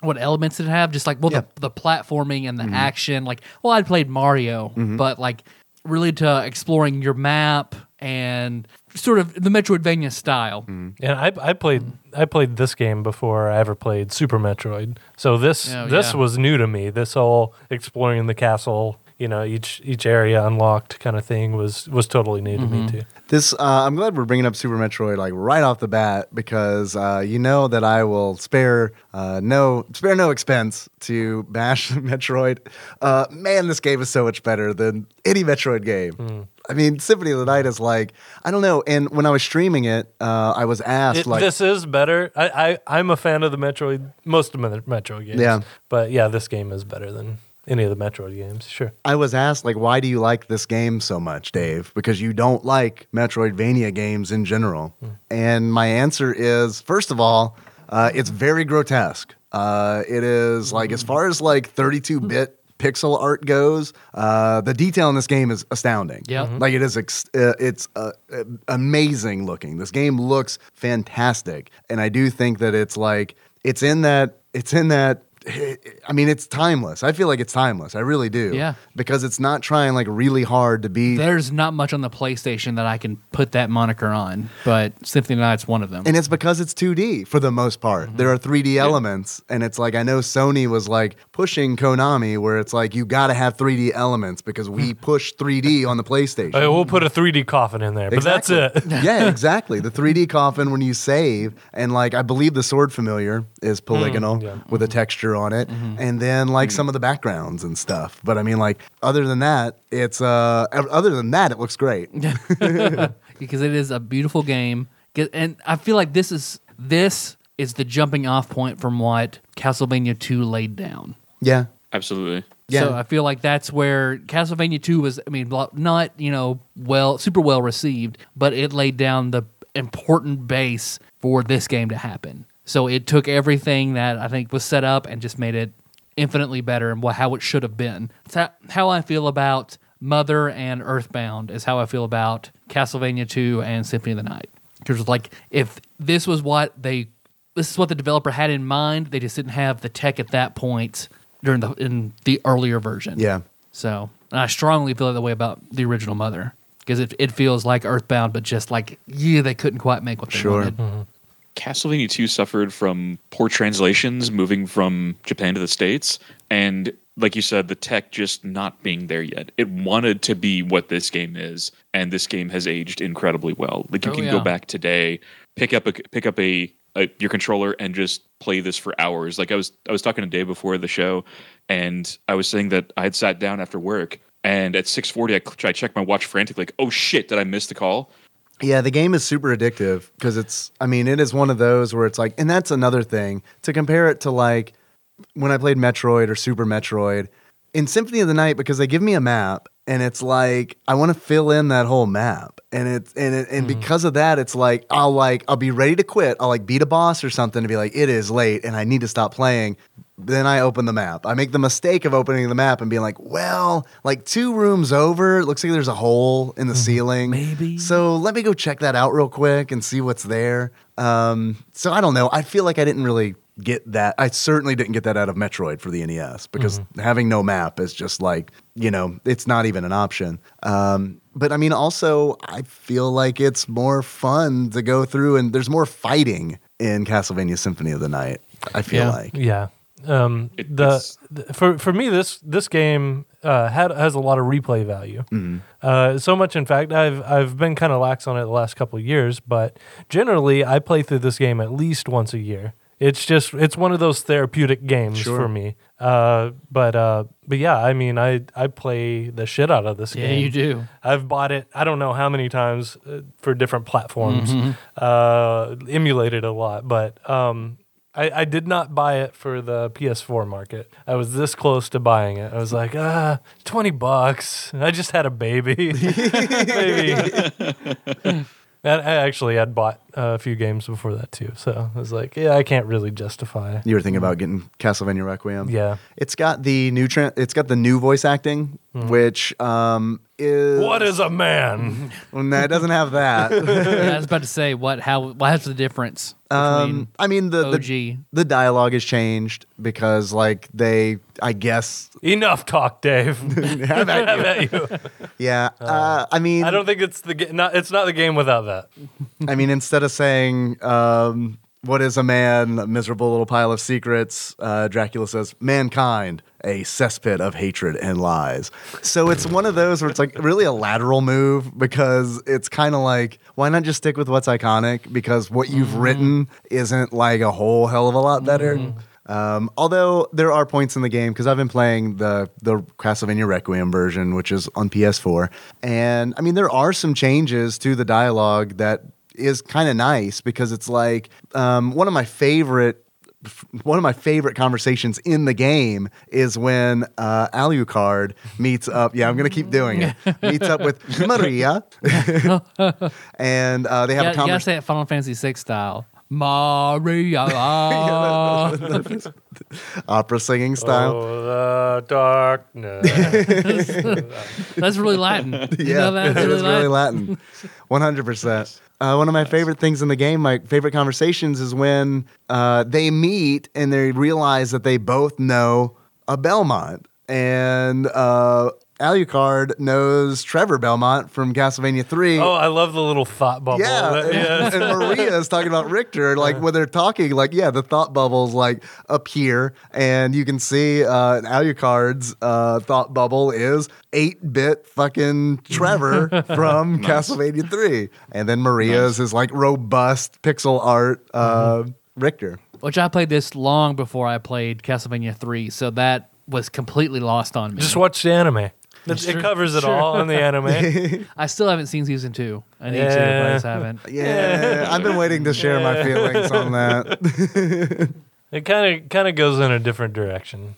what elements did it have? Just like well,
Yeah. Mm-hmm.
the, the platforming and the action. Like, well, I played Mario, but like really to exploring your map and sort of the Metroidvania style.
Mm-hmm.
And I, I played I played this game before I ever played Super Metroid. So this
Oh,
this
yeah.
was new to me. This whole exploring the castle, you know, each each area unlocked kind of thing was was totally new to
Mm-hmm.
me too.
This uh, I'm glad we're bringing up Super Metroid like right off the bat because uh, you know that I will spare uh, no spare no expense to bash Metroid. Uh, man, this game is so much better than any Metroid game. I mean, Symphony of the Night is like I don't know. And when I was streaming it, uh, I was asked
It-
like,
this is better. I, I I'm a fan of the Metroid most of the Metroid games.
Yeah.
But yeah, this game is better than any of the Metroid games. Sure.
I was asked like, why do you like this game so much, Dave? Because you don't like Metroidvania games in general. And my answer is, first of all, uh, it's very grotesque. Uh, it is like as far as like 32-bit pixel art goes, uh, the detail in this game is astounding.
Yeah. Mhm.
like it is. Ex- uh, it's uh, uh, amazing looking. This game looks fantastic, and I do think that it's like it's in that it's in that I mean, it's timeless. I feel like it's timeless. I really do.
Yeah.
Because it's not trying like really hard to be.
There's not much on the PlayStation that I can put that moniker on, but Symphony of the Night's one of them.
and it's because it's 2D for the most part.
Mm-hmm.
There are 3D elements, and it's like I know Sony was like pushing Konami, where it's like you got to have 3D elements because
Hmm.
we push 3D on the PlayStation.
Uh, we'll put a 3D coffin in there, but that's it.
Exactly. yeah, exactly. The 3D coffin when you save, and like I believe the sword familiar is polygonal
Hmm. yeah. Mm-hmm. Hmm.
with a texture on it, and then like some of the backgrounds and stuff. But I mean, like other than that, it's uh other than that, it looks great.
because it is a beautiful game. Get- And I feel like this is this is the jumping off point from what Castlevania 2 laid down.
yeah,
Absolutely.
Yeah.
So I feel like that's where Castlevania 2 was I mean lo- not, you know, well super well received, but it laid down the important base for this game to happen. So it took everything that I think was set up and just made it infinitely better and wha- how it should have been. It's ho- how I feel about Mother and Earthbound is how I feel about Castlevania 2 and Symphony of the Night. Because like if this was what they this is what the developer had in mind, they just didn't have the tech at that point during the in the earlier version.
Yeah.
So and I strongly feel that way about the original Mother because it it feels like Earthbound, but just like yeah, they couldn't quite make what they
Sure.
wanted.
Castlevania 2 suffered from poor translations moving from Japan to the States. And like you said, the tech just not being there yet. It wanted to be what this game is. And this game has aged incredibly well. Like you
Oh,
can
yeah.
go back today, pick up a, pick up a, a your controller and just play this for hours. Like I was I was talking a day before the show and I was saying that I had sat down after work and at 6:40 I, cl- I checked my watch frantically like oh shit did I miss the call?
Yeah, the game is super addictive because it's, I mean, it is one of those where it's like, and that's another thing to compare it to like when I played Metroid or Super Metroid in Symphony of the Night because they give me a map and it's like, I want to fill in that whole map. And it's, and, it, and because of that, it's like, I'll like, I'll be ready to quit. I'll like beat a boss or something to be like, it is late and I need to stop playing. Then I open the map. I make the mistake of opening the map and being like, well, like two rooms over, it looks like there's a hole in the ceiling.
Maybe.
So let me go check that out real quick and see what's there. Um, so I don't know. I feel like I didn't really get that. I certainly didn't get that out of Metroid for the NES because
Mm-hmm.
having no map is just like, you know, it's not even an option. Um, but I mean, also, I feel like it's more fun to go through and there's more fighting in Castlevania Symphony of the Night. I feel
Yeah.
like.
Yeah. Um,
It-
the,
it's-
the- for for me this this game uh, had has a lot of replay value. Uh, so much, in fact, I've I've been kind of lax on it the last couple of years, but generally I play through this game at least once a year. It's just it's one of those therapeutic games for me. Uh, but uh, but yeah, I mean I I play the shit out of this
Yeah,
game.
you do.
I've bought it. I don't know how many times uh, for different platforms. Uh, emulated a lot, but um, I, I did not buy it for the PS4 market. I was this close to buying it. I was like, ah, twenty bucks. I just had a baby. baby. And I actually had bought a few games before that too, so I was like, yeah, I can't really justify.
You were thinking about getting Castlevania Requiem.
Yeah.
It's got the new tran it's got the new voice acting, which um is
Mm-hmm. What is a man?
no, it doesn't have that.
Yeah, I was about to say what how what's the difference?
Um, I mean the, the
OG.
the dialogue has changed because like they, I guess,
Enough talk, Dave.
How about
How about you?
yeah. Uh, I mean,
I don't think it's the ga- not. It's not the game without that.
I mean, instead of saying um, "What is a man? A miserable little pile of secrets," uh, Dracula says, "Mankind, a cesspit of hatred and lies." So it's one of those where it's like really a lateral move because it's kind of like, why not just stick with what's iconic? Because what you've written isn't like a whole hell of a lot better. Um, although there are points in the game because I've been playing the the Castlevania Requiem version, which is on PS4, and I mean there are some changes to the dialogue that is kind of nice because it's like um, one of my favorite one of my favorite conversations in the game is when uh, Alucard meets up. Yeah, I'm gonna keep doing it. Meets up with Maria, uh, and uh, they
You gotta, you
have a
gotta
conversation.
say it Final Fantasy VI style. Maria.
Opera singing style.
Oh, the darkness.
That's really Latin. You
Yeah,
know that?
it
Really
is really
Latin?
Latin. 100%. Uh, one of my favorite things in the game, my favorite conversations, is when uh, they meet and they realize that they both know a Belmont. And uh, Alucard knows Trevor Belmont from Castlevania 3.
oh, I love the little thought bubble.
Yeah,
That-
and,
yeah.
and Maria is talking about Richter, like when they're talking, like yeah, the thought bubbles like up here, and you can see uh, Alucard's uh, thought bubble is eight bit fucking Trevor from Castlevania Three, and then Maria's is like robust pixel art uh, Richter.
Which I played this long before I played Castlevania 3, so that was completely lost on me.
Just watch the anime. It,
Sure.
it covers it all in the anime.
I still haven't seen season 2. I need to,
Yeah.
but I just haven't.
Yeah, I've been waiting to share my feelings on that.
it kind of kind of goes in a different direction.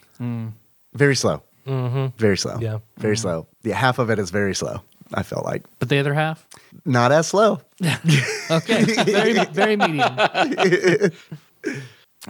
Very slow, mm-hmm. very slow.
Yeah.
very slow. Yeah, half of it is very slow. I felt like
But the other half?
not as slow.
Okay. very, very medium.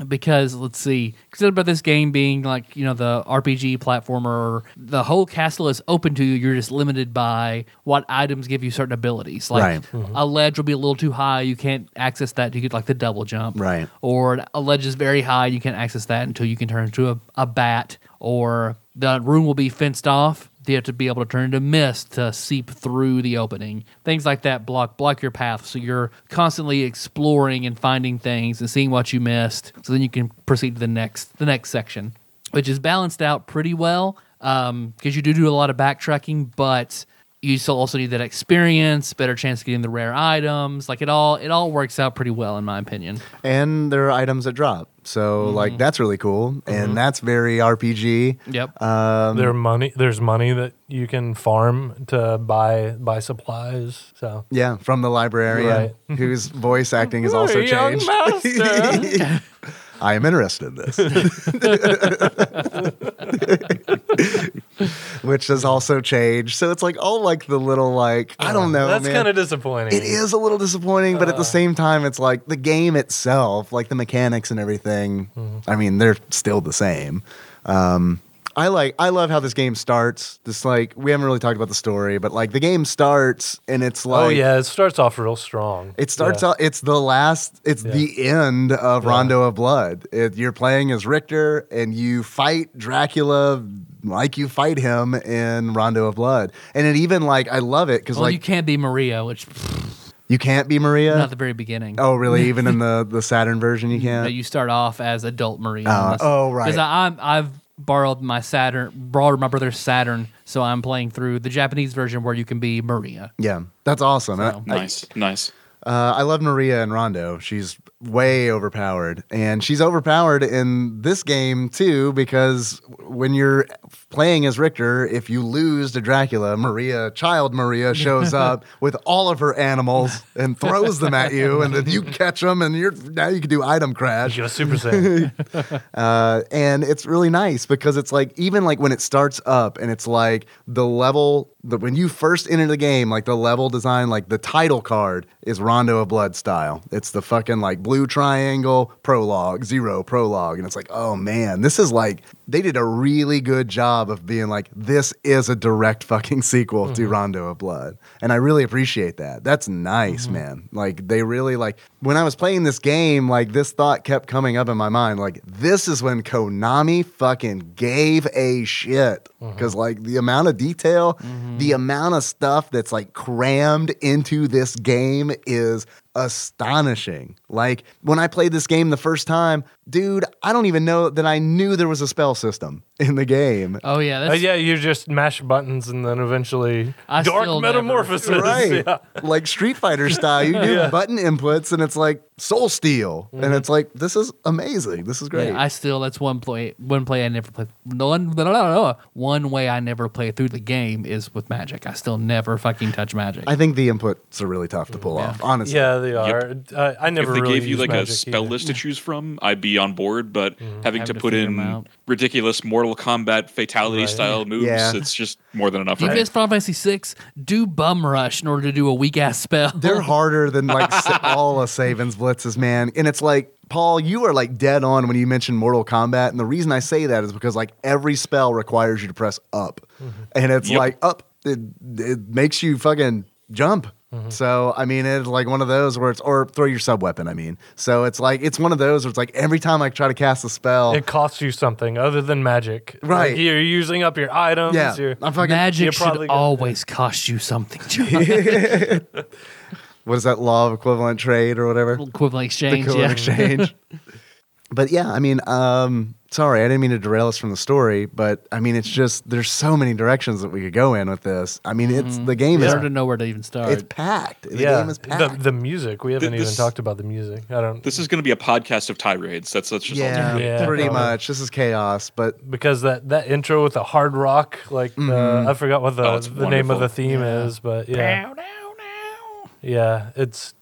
Because let's see, consider about this game being like you know the RPG platformer. The whole castle is open to you. You're just limited by what items give you certain abilities. Like
Right.
a ledge will be a little too high, you can't access that. You get like the double jump,
Right.
Or a ledge is very high, you can't access that until you can turn into a, a bat. Or the room will be fenced off. You have to be able to turn into mist to seep through the opening. Things like that block block your path, so you're constantly exploring and finding things and seeing what you missed. So then you can proceed to the next the next section, which is balanced out pretty well because you do do a lot of backtracking, but you still also need that experience, better chance of getting the rare items. Like it all it all works out pretty well in my opinion.
and there are items that drop. So like that's really cool, and that's very RPG.
Yep.
Um,
there money. There's money that you can farm to buy buy supplies. So
Yeah, from the librarian whose voice acting has also changed. I am interested in this, which has also changed. So it's like all like the little like I don't know.
Uh, That's
man.
kind of disappointing.
It is a little disappointing, but at the
Uh.
same time, it's like the game itself, like the mechanics and everything.
Mm-hmm.
I mean, they're still the same. Um, I like, I love how this game starts. Just like we haven't really talked about the story, but like the game starts and it's like,
oh yeah, it starts off real strong.
It starts
Yeah.
out. It's the last. It's the end of Rondo of Blood. It, you're playing as Richter, and you fight Dracula like you fight him in Rondo of Blood. And it even like I love it because
well, you
like
can't be Maria, which
you can't be Maria.
not the very beginning.
Oh, really? Even in the, the Saturn version, you
But
can't.
you start off as adult Maria.
Uh, oh, right.
Because I'm I've borrowed my Saturn, borrowed my brother's Saturn, so I'm playing through the Japanese version where you can be Maria.
yeah, that's awesome. I-
Nice, nice.
Uh, I love Maria and Rondo. She's way overpowered, and she's overpowered in this game too because when you're playing as Richter, if you lose to Dracula, Maria, child Maria, shows up with all of her animals and throws them at you, and then you catch them, and you're now you can do item crash.
You go Super Saiyan.
Uh, and it's really nice because it's like even like when it starts up and it's like the level the, when you first enter the game like the level design like the title card is rondo of blood style it's the fucking like blue triangle prologue zero prologue and it's like oh man this is like they did a really good job of being like this is a direct fucking sequel to rondo of blood and i really appreciate that that's nice man like they really like when i was playing this game like this thought kept coming up in my mind like this is when konami fucking gave a shit because like the amount of detail the amount of stuff that's like crammed into this game is astonishing like when i played this game the first time dude i don't even know that i knew there was a spell system in the game
Oh yeah,
Uh,
that's
yeah, you just mash buttons and then eventually
I still
dark
never-
metamorphosis.
right
Yeah.
like street fighter style you do button inputs and it's like soul steel and it's like this is amazing this is great
Yeah, I still that's one play one play I never play no one blah, blah, blah, blah. one way I never play through the game is with magic. I still never fucking touch magic.
I think the inputs are really tough to pull off, honestly.
Yeah, they are. I, I never
if they
really
gave you
used
like a
magic
spell
either. Mm-hmm.
list to choose from, I'd be be on board, but having,
Having
to
to
put
figure 'em
in
out.
ridiculous Mortal Kombat fatality
Right.
style moves,
Yeah.
it's just more than enough.
You
right?
missed Final Fantasy Six. Do bum rush in order to do a weak ass spell.
They're harder than like sa- all of Saban's blitzes, man. And it's like, Paul, you are like dead on when you mention Mortal Kombat. And the reason I say that is because like every spell requires you to press up. And it's
Yep.
like up, it, it makes you fucking jump. So, I mean, it's like one of those where it's, or throw your sub weapon, I mean. So it's like, it's one of those where it's like every time I try to cast a spell,
It costs you something other than magic.
Right.
Like, you're using up your items.
yeah,
Your,
I'm fucking,
Magic
you're
should
probably gonna-
always cost you something. John.
what is that law of equivalent trade or whatever?
Equivalent exchange.
Cool
yeah.
exchange. but yeah, I mean, um, sorry, I didn't mean to derail us from the story, but I mean, it's just there's so many directions that we could go in with this. I mean, it's the game
It's
is
hard to know where to even start.
it's packed. The
Mm-hmm. yeah.
game is
the,
packed.
the music. We haven't even
this-
talked about the music. I don't.
This is going to be a podcast of tirades. That's that's just all.
yeah,
there is.
Yeah,
pretty
probably.
much. This is chaos, but
because that, that intro with the hard rock, like
Mm-hmm.
the, I forgot what the,
Oh, it's
the name of
wonderful.
the theme is, but yeah, yeah, it's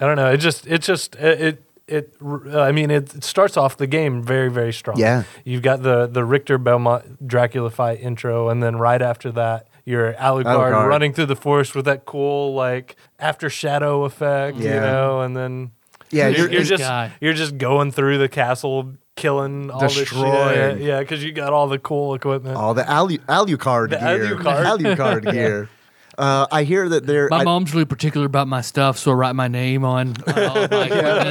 I don't know. It just it just it it, it r- I mean it, it starts off the game very very strong.
Yeah.
you've got the the Richter Belmont Dracula fight intro, and then right after that. Your Alucard,
Alucard.
running through the forest with that cool like after shadow effect, you
Yeah.
know, and then
yeah,
you're,
you're,
you're
this
just
guy.
you're just going through the castle, killing all this
Destroying.
shit. Yeah, because you got all the cool equipment.
all the Alu- Alucard
The
gear,
Alucard.
Alucard gear. Uh, I hear that they're
my
I-
mom's really particular about my stuff, so I write my name on. on all of my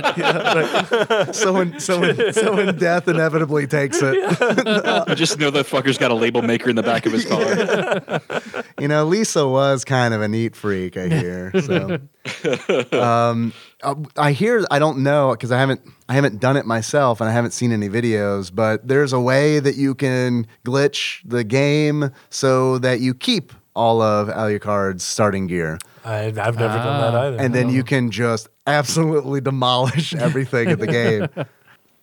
equipment.
so when so when so when death inevitably takes it.
I just know that fucker's got a label maker in the back of his car.
you know, Lisa was kind of a neat freak, I hear. So, um, I I hear. I don't know because I haven't. I haven't done it myself, and I haven't seen any videos. But there's a way that you can glitch the game so that you keep all of Alucard's starting gear,
I, I've never done that either.
Ah. and then you can just absolutely demolish everything in the game.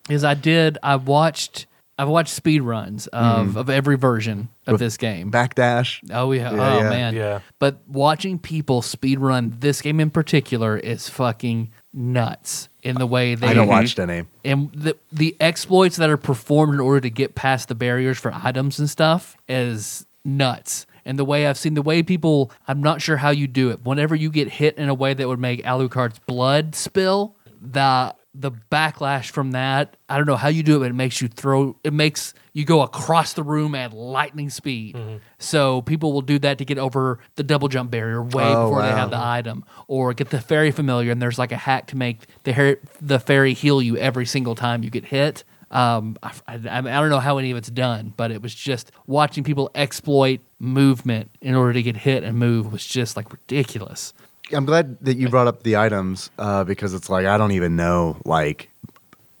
is I did I watched I've watched speed runs of,
Mm.
of every version of this game.
Backdash.
oh yeah.
Yeah,
oh
yeah.
man.
Yeah.
But watching people speed run this game in particular is fucking nuts in the way they
I don't watch any.
and the the exploits that are performed in order to get past the barriers for items and stuff is nuts. And the way I've seen the way people, I'm not sure how you do it. Whenever you get hit in a way that would make Alucard's blood spill, the the backlash from that, I don't know how you do it, but it makes you throw. It makes you go across the room at lightning speed.
Mm-hmm.
So people will do that to get over the double jump barrier way
Oh,
before they
wow.
have the item or get the fairy familiar and there's like a hack to make the hair, the fairy heal you every single time you get hit um, I, I, I don't know how any of it's done but it was just watching people exploit movement in order to get hit and move was just like ridiculous
I'm glad that you brought up the items uh, because it's like I don't even know like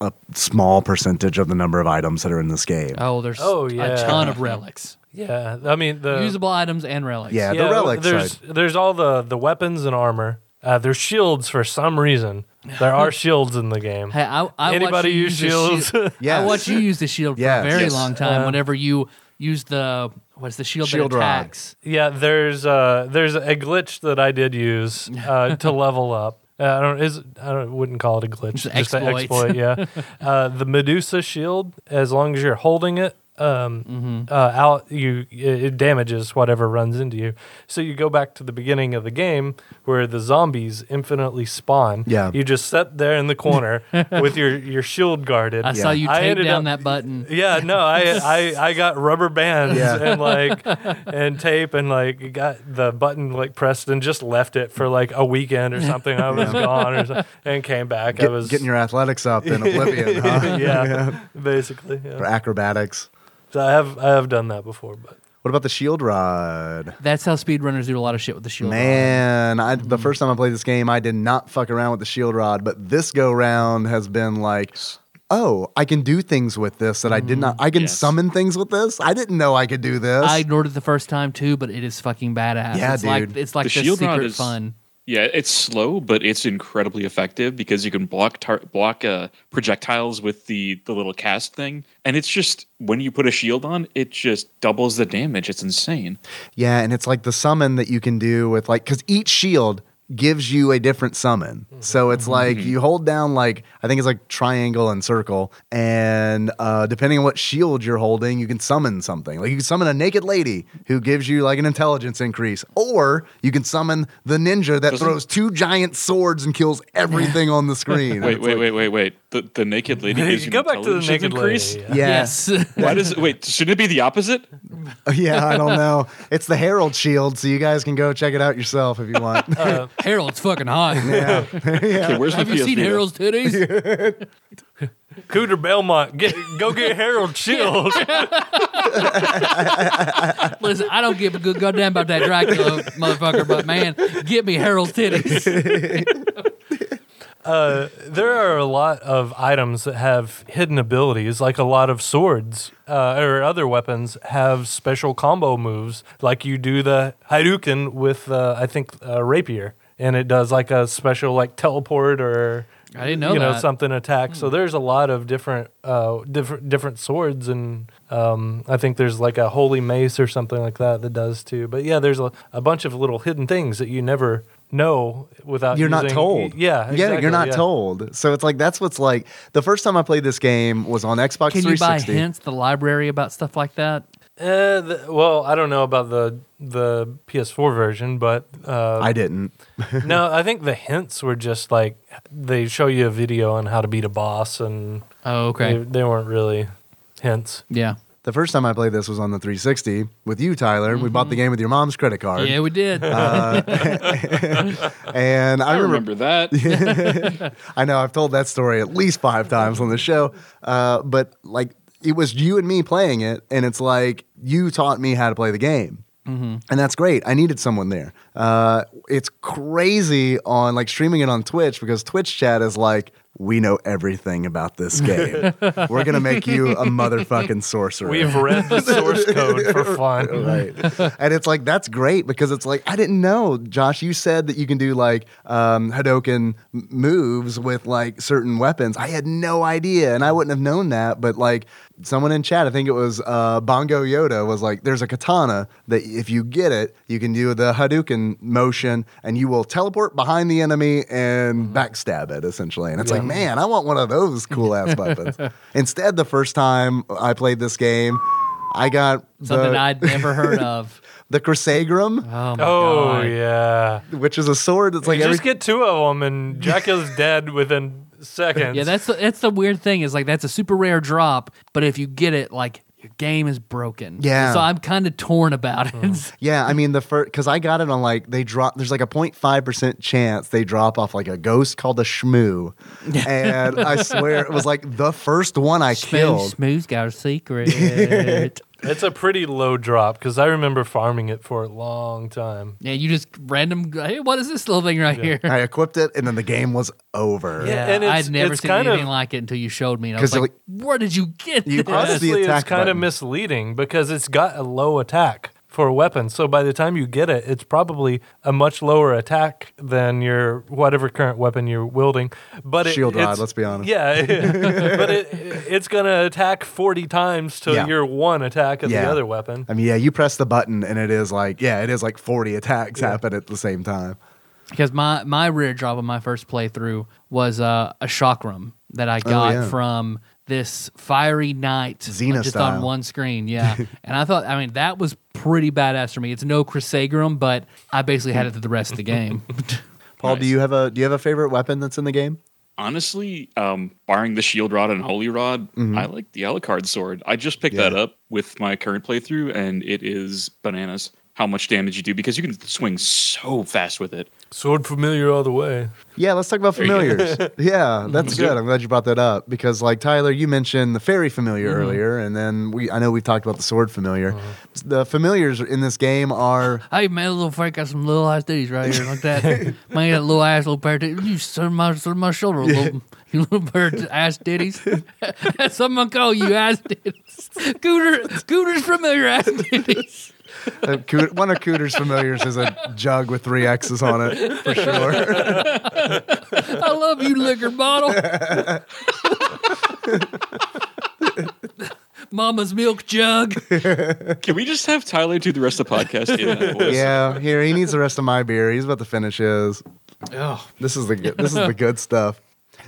a small percentage of the number of items that are in this game.
oh there's
Oh, yeah.
a ton of relics
yeah, I mean the
usable items and relics
Yeah. the
yeah,
relic
There's there's all the the weapons and armor. Uh, there's shields for some reason. There are shields in the game.
Hey, I, I
Anybody
watch you
use
the
shields? Uh,
shield- I
Yes.
watch you use the shield for
Yes.
a very
Yes.
long time. whenever you use the what's the shield,
Shield
that
rod.
attacks?
Yeah, there's uh there's a glitch that I did use uh, to level up. Uh, I don't is I don't, wouldn't call it a glitch, just,
Just
an exploit.
exploit.
Yeah, uh, the Medusa shield. As long as you're holding it, um,
Mm-hmm.
uh, out you it, it damages whatever runs into you. So you go back to the beginning of the game where the zombies infinitely spawn.
Yeah.
you just sit there in the corner with your your shield guarded.
I saw you
I
take
ended
down
up-
that button.
Yeah, no, I, I, I got rubber bands
Yeah.
and like and tape and like got the button like pressed and just left it for like a weekend or something. I was gone or something, and came back.
Get-
I was
getting your athletics up in Oblivion, huh?
yeah, basically.
Or
Yeah.
acrobatics.
So I have I have done that before, but
What about the shield rod?
That's how speedrunners do a lot of shit with the shield.
Man, I, the first time I played this game, I did not fuck around with the shield rod, but this go round has been like, oh, I can do things with this that I did not. I can
Yes.
summon things with this. I didn't know I could do this.
I ignored it the first time too, but it is fucking badass.
Yeah,
it's like
dude.
it's like
The
the,
shield rod
secret
is-
fun.
Yeah, it's slow, but it's incredibly effective because you can block tar- block uh, projectiles with the the little cast thing, and it's just when you put a shield on, it just doubles the damage. It's insane.
Yeah, and it's like the summon that you can do with like because each shield gives you a different summon.
Mm-hmm.
So it's like you hold down like I think it's like triangle and circle, and uh, depending on what shield you're holding, you can summon something. Like you can summon a naked lady who gives you like an intelligence increase, or you can summon the ninja that
Doesn't-
throws two giant swords and kills everything on the screen.
Wait,
It's
wait,
like-
wait, wait, wait. The, the naked lady gives you
Go back to the naked
increase.
lady.
Yes.
Why does it? Wait, shouldn't it be the opposite?
yeah, I don't know. It's the Herald Shield, so you guys can go check it out yourself if you want.
Harold's fucking hot.
Okay, where's
Have
my
you
PS
seen
Vita?
Harold's titties?
Cooter Belmont, get, go get Harold Shield.
Listen, I don't give a good goddamn about that Dracula motherfucker, but man, get me Harold's titties.
there are a lot of items that have hidden abilities, like a lot of swords uh, or other weapons have special combo moves, like you do the Hadouken with, uh, I think, uh, rapier, and it does like a special like teleport or
I didn't know
you know
that.
something attack.
Hmm.
So there's a lot of different uh, different different swords, and um, I think there's like a holy mace or something like that that does too. But yeah, there's a, a bunch of little hidden things that you never know without
you're not
using-
told.
Yeah,
yeah,
exactly,
you're not
yeah.
told. So it's like that's what's like. The first time I played this game was on Xbox
Can you buy
360.
hints at the library about stuff like that?
Uh, the, well, I don't know about the the PS4 version, but uh,
I didn't.
no, I think the hints were just like they show you a video on how to beat a boss, and
Oh, okay.
they, they weren't really hints.
Yeah.
The first time I played this was on the 360 with you, Tyler. We bought the game with your mom's credit card.
Mm-hmm. Yeah, we did.
And I,
I
remember,
remember that.
I know I've told that story at least five times on the show, uh, but like it was you and me playing it, and it's like you taught me how to play the game. And that's great. I needed someone there. Uh, it's crazy on like streaming it on Twitch because Twitch chat is like, we know everything about this game. We're gonna make you a motherfucking sorcerer.
We've read the source code for
Oh,
fun.
right and it's like that's great because it's like i didn't know josh you said that you can do like um hadoken m- moves with like certain weapons i had no idea and i wouldn't have known that but like someone in chat i think it was uh bongo yoda was like there's a katana that if you get it you can do the hadouken motion and you will teleport behind the enemy and backstab it essentially and it's like man i want one of those cool ass weapons instead the first time i played this game I got
Something
the,
I'd never heard of.
the Crisagrum,
Oh, my
Oh
God.
yeah,
which is a sword that's like
you
every,
just get two of them, and Dracula's dead within seconds.
Yeah, that's the, that's the weird thing is like that's a super rare drop, but if you get it, like your game is broken.
Yeah.
So I'm kind of torn about it.
Mm.
yeah. I mean the first because I got it on like they drop. There's like a 0.5 percent chance they drop off like a ghost called a shmoo, and I swear it was like the first one I killed.
Smooth's got a secret.
it's a pretty low drop because I remember farming it for a long time.
yeah, you just random. Hey, what is this little thing right here?
I equipped it, and then the game was over.
Yeah.
Yeah,
and it's-
I'd never
it's
seen
kind
anything
of-
like it until you showed me. And I
'Cause
was like, "Where did you get this?"
You press- That's the
Honestly, it's
attack
kind of
button.
misleading because it's got a low attack for a weapon. So by the time you get it, it's probably a much lower attack than your whatever current weapon you're wielding. But it,
Shield rod,
it's-
let's be honest.
Yeah, but it, it's gonna attack forty times to
Yeah.
your one attack of the
Yeah.
other weapon.
I mean, yeah, you press the button, and it is like yeah, it is like 40 attacks happen at the same time.
Because my my rear drop on my first playthrough was uh, a chakram that I got
Oh, yeah.
from this fiery knight
Xena
just on
style.
one screen. Yeah, and I thought, I mean, that was pretty badass for me. It's no Crisagrum, but I basically had it through the rest of the game.
Paul, do
Nice.
you have a do you have a favorite weapon that's in the game?
Honestly, um, barring the shield rod and holy rod, I like the Alucard sword. I just picked
Mm-hmm. Yeah.
that up with my current playthrough, and it is bananas how much damage you do because you can swing so fast with it.
Sword familiar all the way.
Yeah, let's talk about
you go. Mm-hmm.
familiars. yeah, that's
do it.
good. I'm glad you brought that up because, like Tyler, you mentioned the fairy familiar
Mm-hmm.
earlier, and then we—I know we've talked about the sword familiar.
Mm-hmm.
The familiars in this game are
Hey man, little Frank got some little ass titties right here like that. man, that little ass little pair of titties. You son my son my shoulder, little you little pair of ass titties. Someone call you ass titties. Cooter, Cooter's familiar ass titties.
uh, Coot- one of Cooter's familiars is a jug with three X's on it for sure.
I love you, liquor bottle. Mama's milk jug.
Can we just have Tyler do the rest of the podcast in that voice?
yeah, here he needs the rest of my beer. He's about to finish his.
Oh,
This is the good, this is the good stuff.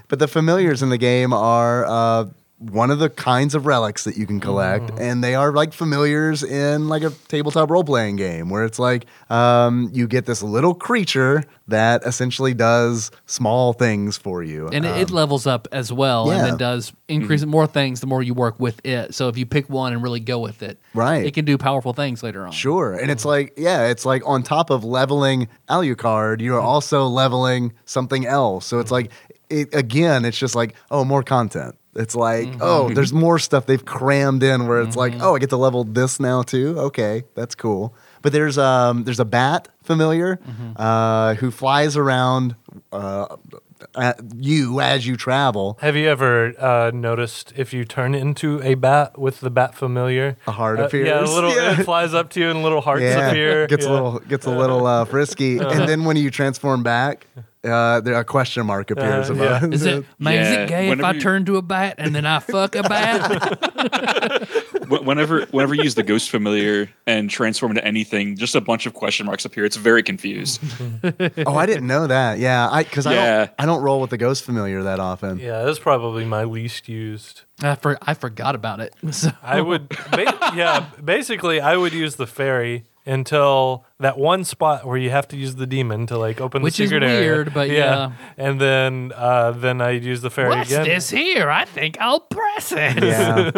But the familiars in the game are uh, one of the kinds of relics that you can collect, and they are like familiars in like a tabletop role playing game where it's like um, you get this little creature that essentially does small things for you.
and it, it levels up as well, and
Um, yeah. Mm-hmm.
then does increase more things the more you work with it. So if you pick one and really go with it,
Right.
it can do powerful things later on.
Sure. And it's like, yeah, it's like on top of leveling Alucard, you are also leveling something else. So it's like, it, again, it's just like, oh, more content. It's like, oh, there's more stuff they've crammed in where it's like, oh, I get to level this now too. Okay, that's cool. But there's um there's a bat familiar uh, who flies around uh, at you as you travel.
Have you ever uh, noticed if you turn into a bat with the bat familiar,
A heart
Uh,
appears.
Yeah, a little
Yeah.
it flies up to you and little hearts appear.
Gets
Yeah. Uh-huh.
a little gets a little uh, frisky, and then when you transform back, uh, there a question mark appears
Uh,
above.
yeah.
Is it man? Is
Yeah,
it gay if I
whenever you-
turn to a bat and then I fuck a bat?
Wh- Whenever, whenever you use the ghost familiar and transform into anything, just a bunch of question marks appear. It's very confused.
oh, I didn't know that. Yeah, I because I
Yeah.
don't I don't roll with the ghost familiar that often.
Yeah, that's probably my least used.
I, for, I forgot about it. So
I would, ba- yeah, basically, I would use the fairy until that one spot where you have to use the demon to like open
Which
the
is
secret area.
weird, but yeah.
and then uh, then I'd use the fairy
what's
again.
this here? I think I'll press it.
Yeah.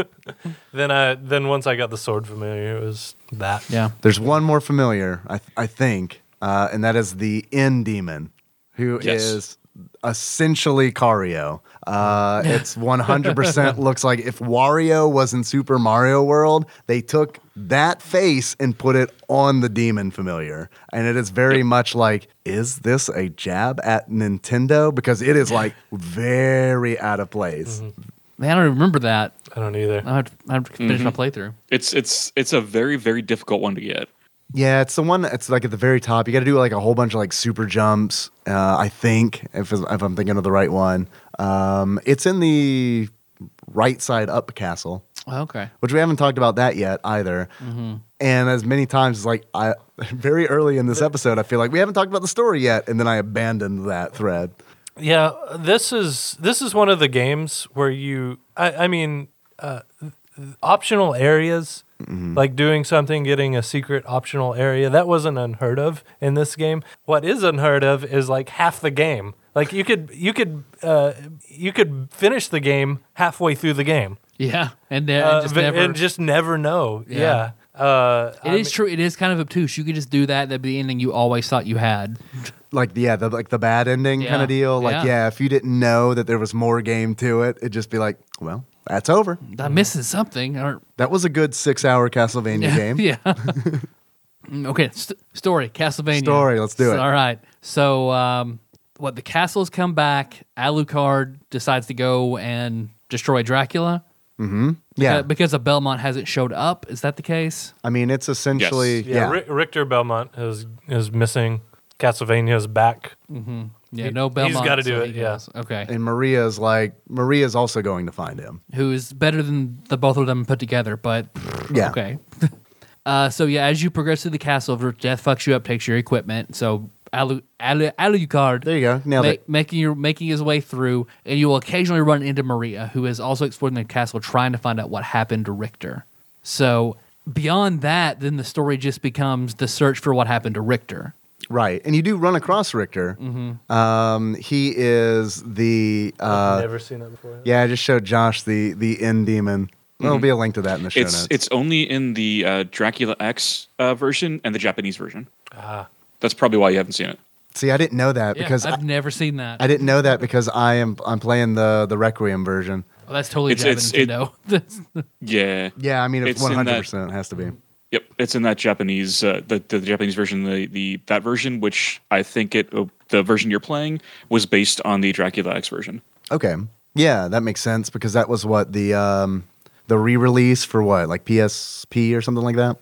Then I then once I got the sword familiar, it was that.
Yeah.
There's one more familiar, I th- I think, uh, and that is the end demon, who is
Yes.
essentially Cario. Uh, it's 100% looks like if Wario was in Super Mario World, they took that face and put it on the demon familiar, and it is very much like. Is this a jab at Nintendo? Because it is like very out of place.
Man, I don't remember that.
I don't either.
I have to, I have to finish
Mm-hmm.
my playthrough.
It's it's it's a very very difficult one to get.
Yeah, it's the one. It's like at the very top. You got to do like a whole bunch of like super jumps. Uh, I think if if I'm thinking of the right one, um, it's in the right side up castle,
Oh, okay.
which we haven't talked about that yet either.
Mm-hmm.
And as many times as like I very early in this episode, I feel like we haven't talked about the story yet, and then I abandoned that thread.
Yeah, this is this is one of the games where you. I, I mean, uh, optional areas like doing something, getting a secret optional area that wasn't unheard of in this game. What is unheard of is like half the game. Like you could you could uh, you could finish the game halfway through the game
Yeah. And, uh,
uh,
just
but-
never.
and just never know.
Yeah.
Yeah, Uh,
It is true. It is kind of obtuse. You could just do that. That'd be the ending you always thought you had.
Like yeah, the like the bad ending kind
Yeah,
of deal. Like
yeah.
yeah. if you didn't know that there was more game to it, it'd just be like, well, that's over.
I'm missing something. Or
That was a good six-hour Castlevania game.
yeah. Mm, okay. St- story. Castlevania.
Story, let's do it.
All right. So, um, what the castles come back. Alucard decides to go and destroy Dracula.
Yeah.
Uh, because of Belmont hasn't showed up. Is that the case?
I mean, it's essentially
yeah.
yeah.
Ri- Richter Belmont is is missing. Castlevania's back.
Yeah.
He-
no
he's
Belmont.
gotta do
he
it, yeah.
goes. Okay.
and Maria's like Maria's also going to find him.
who is better than the both of them put together, but
Yeah.
okay. uh, so yeah, as you progress through the castle, if death fucks you up, takes your equipment. So Alu, Alu, Alucard,
There you go. Nailed
ma-
it.
making your making his way through, and you will occasionally run into Maria, who is also exploring the castle, trying to find out what happened to Richter. So beyond that, then the story just becomes the search for what happened to Richter.
Right. And you do run across Richter. Um, he is the uh,
Never seen it before.
yeah. I just showed Josh the the end demon. There'll be a link to that in the show
Mm-hmm. It's
notes.
it's only in the uh, Dracula X uh, version and the Japanese version. Ah. That's probably why you haven't seen it.
See, I didn't know that
Yeah,
because I,
I've never seen that.
I didn't know that because I am I'm playing the the Requiem version.
Oh, that's totally
It's-
jabbing
it's-
to
it-
know. That's-
Yeah.
Yeah, I mean it's
It's in
one
that-
hundred percent has to be.
Yep, it's in that Japanese, uh, the, the Japanese version, the, the that version, which I think it uh, the version you're playing was based on the Dracula X version.
Okay. Yeah, that makes sense because that was what the um the re-release for what like PSP or something like that.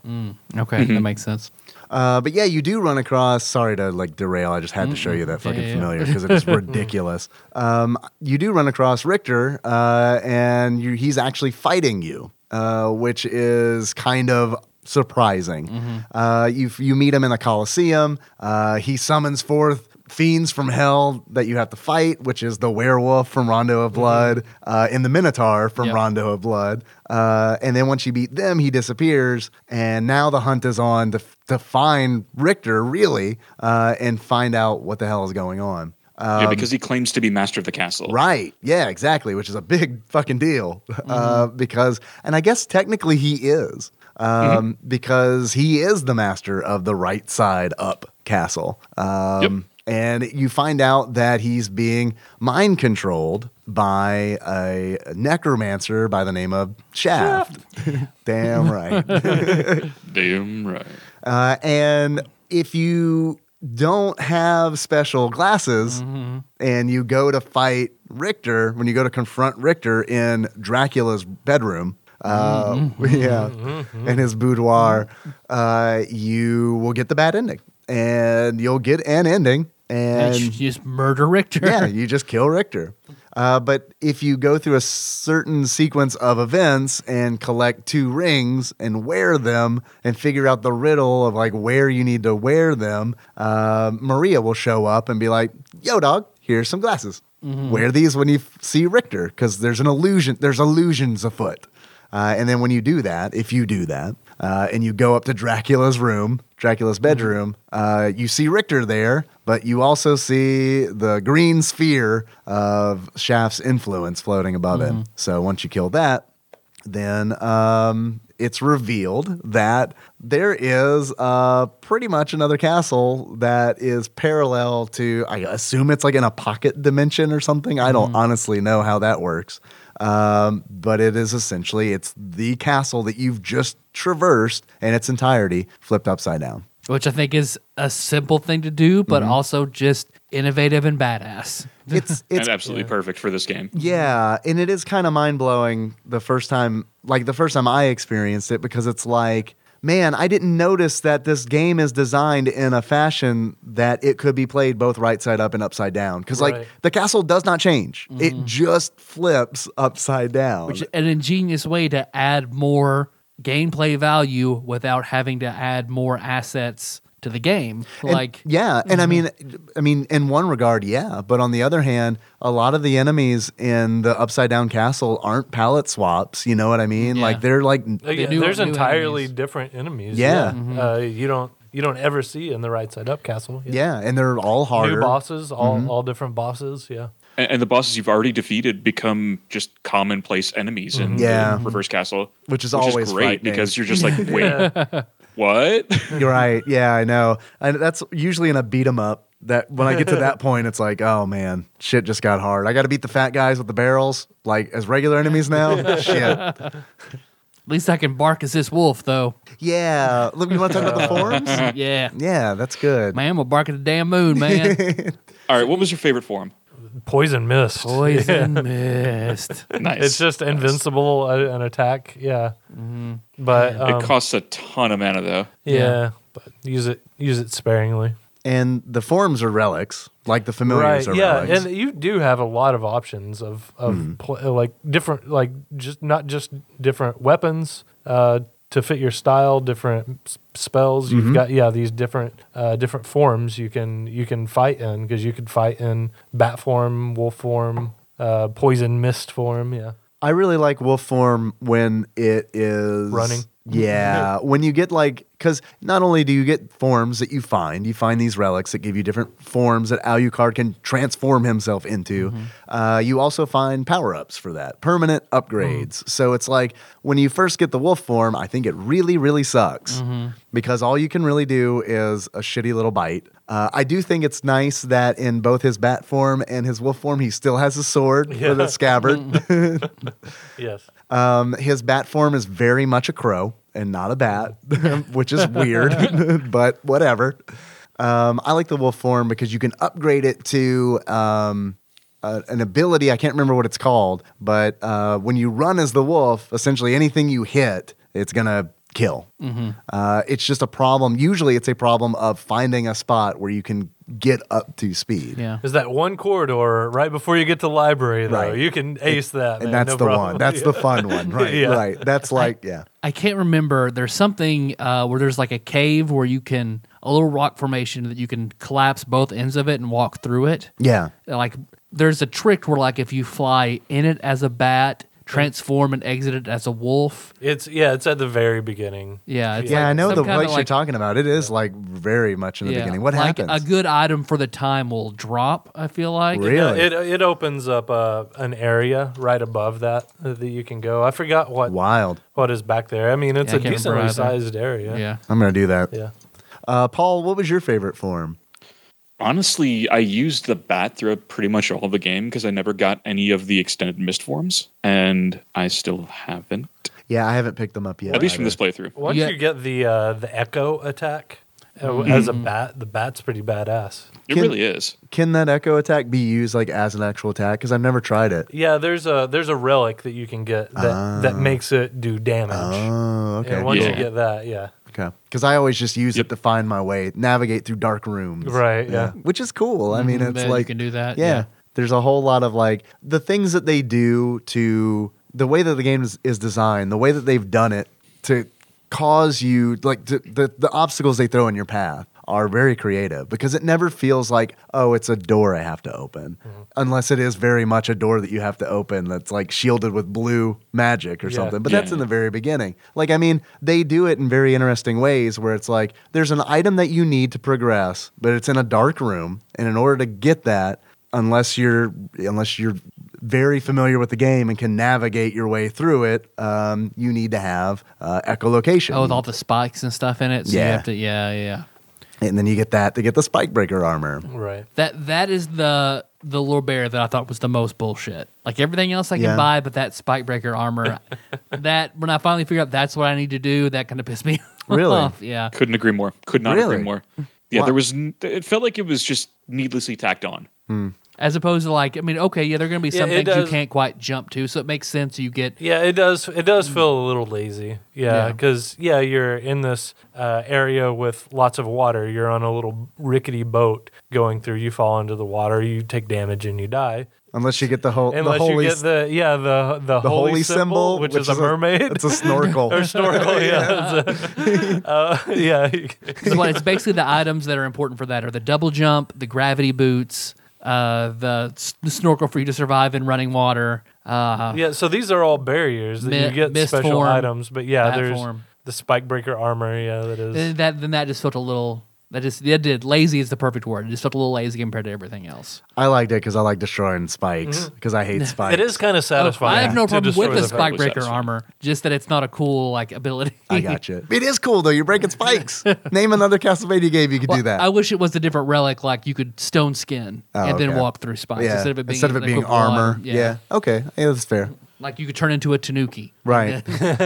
okay, that makes sense.
Uh, but yeah, you do run across. Sorry to like derail. I just had to show you that fucking
yeah, yeah.
familiar because it is ridiculous. Um, you do run across Richter, uh, and you, he's actually fighting you, uh, which is kind of
Mm-hmm.
surprising. Uh, you you meet him in the Coliseum. Uh, he summons forth fiends from hell that you have to fight, which is the werewolf from Rondo of Blood, uh, and the Minotaur from
Yep.
Rondo of Blood. Uh, and then once you beat them, he disappears, and now the hunt is on to, to find Richter really uh, and find out what the hell is going on. Uh,
yeah, because he claims to be master of the castle.
Right. Yeah, exactly, which is a big fucking deal. Uh, because, and I guess technically he is, um, because he is the master of the right side up castle. Um, And you find out that he's being mind controlled by a necromancer by the name of Shaft. Damn right.
Damn right.
Uh, and if you don't have special glasses and you go to fight Richter, when you go to confront Richter in Dracula's bedroom, uh, yeah, in his boudoir, uh, you will get the bad ending and you'll get an ending.
And
And
you just murder Richter.
yeah, you just kill Richter. Uh, but if you go through a certain sequence of events and collect two rings and wear them and figure out the riddle of like where you need to wear them, uh, Maria will show up and be like, "Yo, dog, here's some glasses. Wear these when you f- see Richter because there's an illusion. There's illusions afoot." Uh, and then when you do that, if you do that, uh, and you go up to Dracula's room, Dracula's bedroom, uh, you see Richter there, but you also see the green sphere of Shaft's influence floating above him. So once you kill that, then um, it's revealed that there is uh, pretty much another castle that is parallel to, I assume it's like in a pocket dimension or something. I don't honestly know how that works. Um, but it is essentially, it's the castle that you've just traversed in its entirety, flipped upside down.
Which I think is a simple thing to do, but also just innovative and badass.
It's, it's
and absolutely perfect for this game.
Yeah, and it is kind of mind blowing the first time, like the first time I experienced it, because it's like, man, I didn't notice that this game is designed in a fashion that it could be played both right side up and upside down. Because
Right.
like the castle does not change; it just flips upside down.
Mm-hmm. Which is an ingenious way to add more gameplay value without having to add more assets to the game.
And-
Like
yeah and i mean
Mm-hmm.
i mean in one regard yeah but on the other hand a lot of the enemies in the upside down castle aren't palette swaps you know what i mean
Yeah.
like they're like
Like,
They knew-
there's
knew
entirely
enemies.
different enemies.
Yeah. Mm-hmm.
Uh, you don't you don't ever see in the right side up castle.
yeah and they're all harder Mm-hmm.
New bosses, all all different bosses. Yeah.
And, and the bosses you've already defeated become just commonplace enemies in,
Yeah.
in Reverse Castle,
Which is always
great
frightening.
because you're just like, wait, what?
You're right. Yeah, I know. And that's usually in a beat 'em up. That when I get to that point, it's like, oh man, shit just got hard. I got to beat the fat guys with the barrels, like as regular enemies now. shit.
at least I can bark as this wolf though.
Yeah. Look, you want to talk about the forums?
Yeah.
Yeah, that's good.
Man, we'll bark at the damn moon, man.
All right, what was your favorite form?
Poison mist.
Poison mist.
Nice.
It's just invincible uh, an attack. Yeah.
Mm-hmm.
But um,
it costs a ton of mana though.
yeah,
Yeah.
But use it use it sparingly.
And the forums are relics, like the familiars
Right.
are
Yeah.
relics.
And you do have a lot of options of of
Hmm.
pl- like different like just not just different weapons. Uh, to fit your style, different s- spells you've
Mm-hmm.
got, yeah, these different uh, different forms you can you can fight in because you could fight in bat form, wolf form, uh, poison mist form, yeah.
I really like wolf form when it is
Running.
Yeah, when you get like, because not only do you get forms that you find, you find these relics that give you different forms that Alucard can transform himself into. Uh, you also find power ups for that, permanent upgrades. So it's like when you first get the wolf form, I think it really, really sucks because all you can really do is a shitty little bite. Uh, I do think it's nice that in both his bat form and his wolf form, he still has a sword with a scabbard.
Yes.
Um, his bat form is very much a crow and not a bat, which is weird, but whatever. Um, I like the wolf form because you can upgrade it to um, a- an ability. I can't remember what it's called, but uh, when you run as the wolf, essentially anything you hit, it's going to kill. Uh, it's just a problem. Usually it's a problem of finding a spot where you can get up to speed.
Yeah.
Is that one corridor right before you get to library though?
Right.
You can ace that.
And
man,
that's
no
the
problem.
one. That's the fun one, right?
Yeah.
Right. That's like, yeah.
I can't remember. There's something uh, where there's like a cave where you can a little rock formation that you can collapse both ends of it and walk through it.
Yeah.
Like there's a trick where like if you fly in it as a bat, transform and exit it as a wolf.
It's yeah, it's at the very beginning.
Yeah, it's
yeah,
like
I know
some
the
kinda,
place you're
like-
talking about. It is like very much in the
yeah,
beginning. What
like
happens?
A good item for the time will drop. I feel like
Really?
Yeah, it it opens up uh, an area right above that uh, that you can go. I forgot what
Wild.
what is back there. I mean, it's
Yeah, I
a
can't
decently
remember either.
sized area.
Yeah.
I'm gonna do that.
yeah.
Uh, Paul, what was your favorite form?
Honestly, I used the bat throughout pretty much all the game because I never got any of the extended mist forms, and I still haven't.
Yeah, I haven't picked them up yet.
At least from
either.
this playthrough.
Once
Yeah. Mm-hmm.
you get the uh, the echo attack uh, as a bat, the bat's pretty badass.
It
Can-
really is.
Can that echo attack be used like as an actual attack? Because I've never tried it.
Yeah, there's a there's a relic that you can get that
Ah.
that makes it do damage.
Oh, okay.
And once you
Yeah.
get that, yeah,
Okay. Because I always just use
Yep.
it to find my way, navigate through dark rooms.
Right, yeah.
Which is cool. I mean,
Mhm,
it's
that you
like
can do that,
Yeah,
yeah.
There's a whole lot of like the things that they do to the way that the game is, is designed, the way that they've done it to cause you like to, the the obstacles they throw in your path are very creative because it never feels like oh it's a door I have to open
Mm-hmm.
unless it is very much a door that you have to open that's like shielded with blue magic or
Yeah.
something but
Yeah.
that's in the very beginning. Like, I mean, they do it in very interesting ways where it's like there's an item that you need to progress, but it's in a dark room, and in order to get that, unless you're unless you're very familiar with the game and can navigate your way through it, um, you need to have uh, echolocation.
Oh, with all the spikes and stuff in it. So
Yeah.
You have to, yeah, yeah.
and then you get that to get the spike breaker armor.
right.
That that is the the little bear that I thought was the most bullshit. Like everything else I can
Yeah.
buy, but that spike breaker armor, that when I finally figure out that's what I need to do, that kind of pissed me
Really?
off. Yeah.
Couldn't agree more. Could not
Really?
agree more. Yeah,
Wow.
there was. n- It felt like it was just needlessly tacked on.
As opposed to like, I mean, okay, yeah, there are going to be
Yeah,
some
it
things you
does-
can't quite jump to, so it makes sense you get
Yeah, it does. It does feel a little lazy. Yeah,
Yeah.
because yeah. you're in this uh, area with lots of water. You're on a little rickety boat going through. You fall into the water. You take damage and you die.
Unless you get the whole
Unless
the holy
you get the yeah the the,
the
holy, symbol, which, is, a mermaid.
It's a snorkel.
or snorkel. Yeah, it's a- uh, yeah.
So what it's basically the items that are important for that are the double jump, the gravity boots, uh, the, s- the snorkel for you to survive in running water. Uh,
Yeah, so these are all barriers that
Mi-
you get
mist
special
form,
items, but yeah,
bat
there's
form.
the spike breaker armor. Yeah, that is.
then that then that just felt a little that just that did lazy is the perfect word. It just felt a little lazy compared to everything else.
I liked it because I like destroying spikes because I hate spikes.
Mm-hmm. It is kind of satisfying.
I have no
to
problem
destroy
with the
the
spike
Totally
breaker
satisfying.
armor, just that it's not a cool like ability.
I got you. It is cool though. You're breaking spikes. Name another Castlevania game you could
Well,
do that.
I wish it was a different relic, like you could stone skin
Oh,
and then
okay.
walk through spikes
yeah.
instead of it being,
Instead of it
an
being
equivalent item.
armor. Yeah. Okay. Yeah, that's fair.
like you could turn into a tanuki.
Right.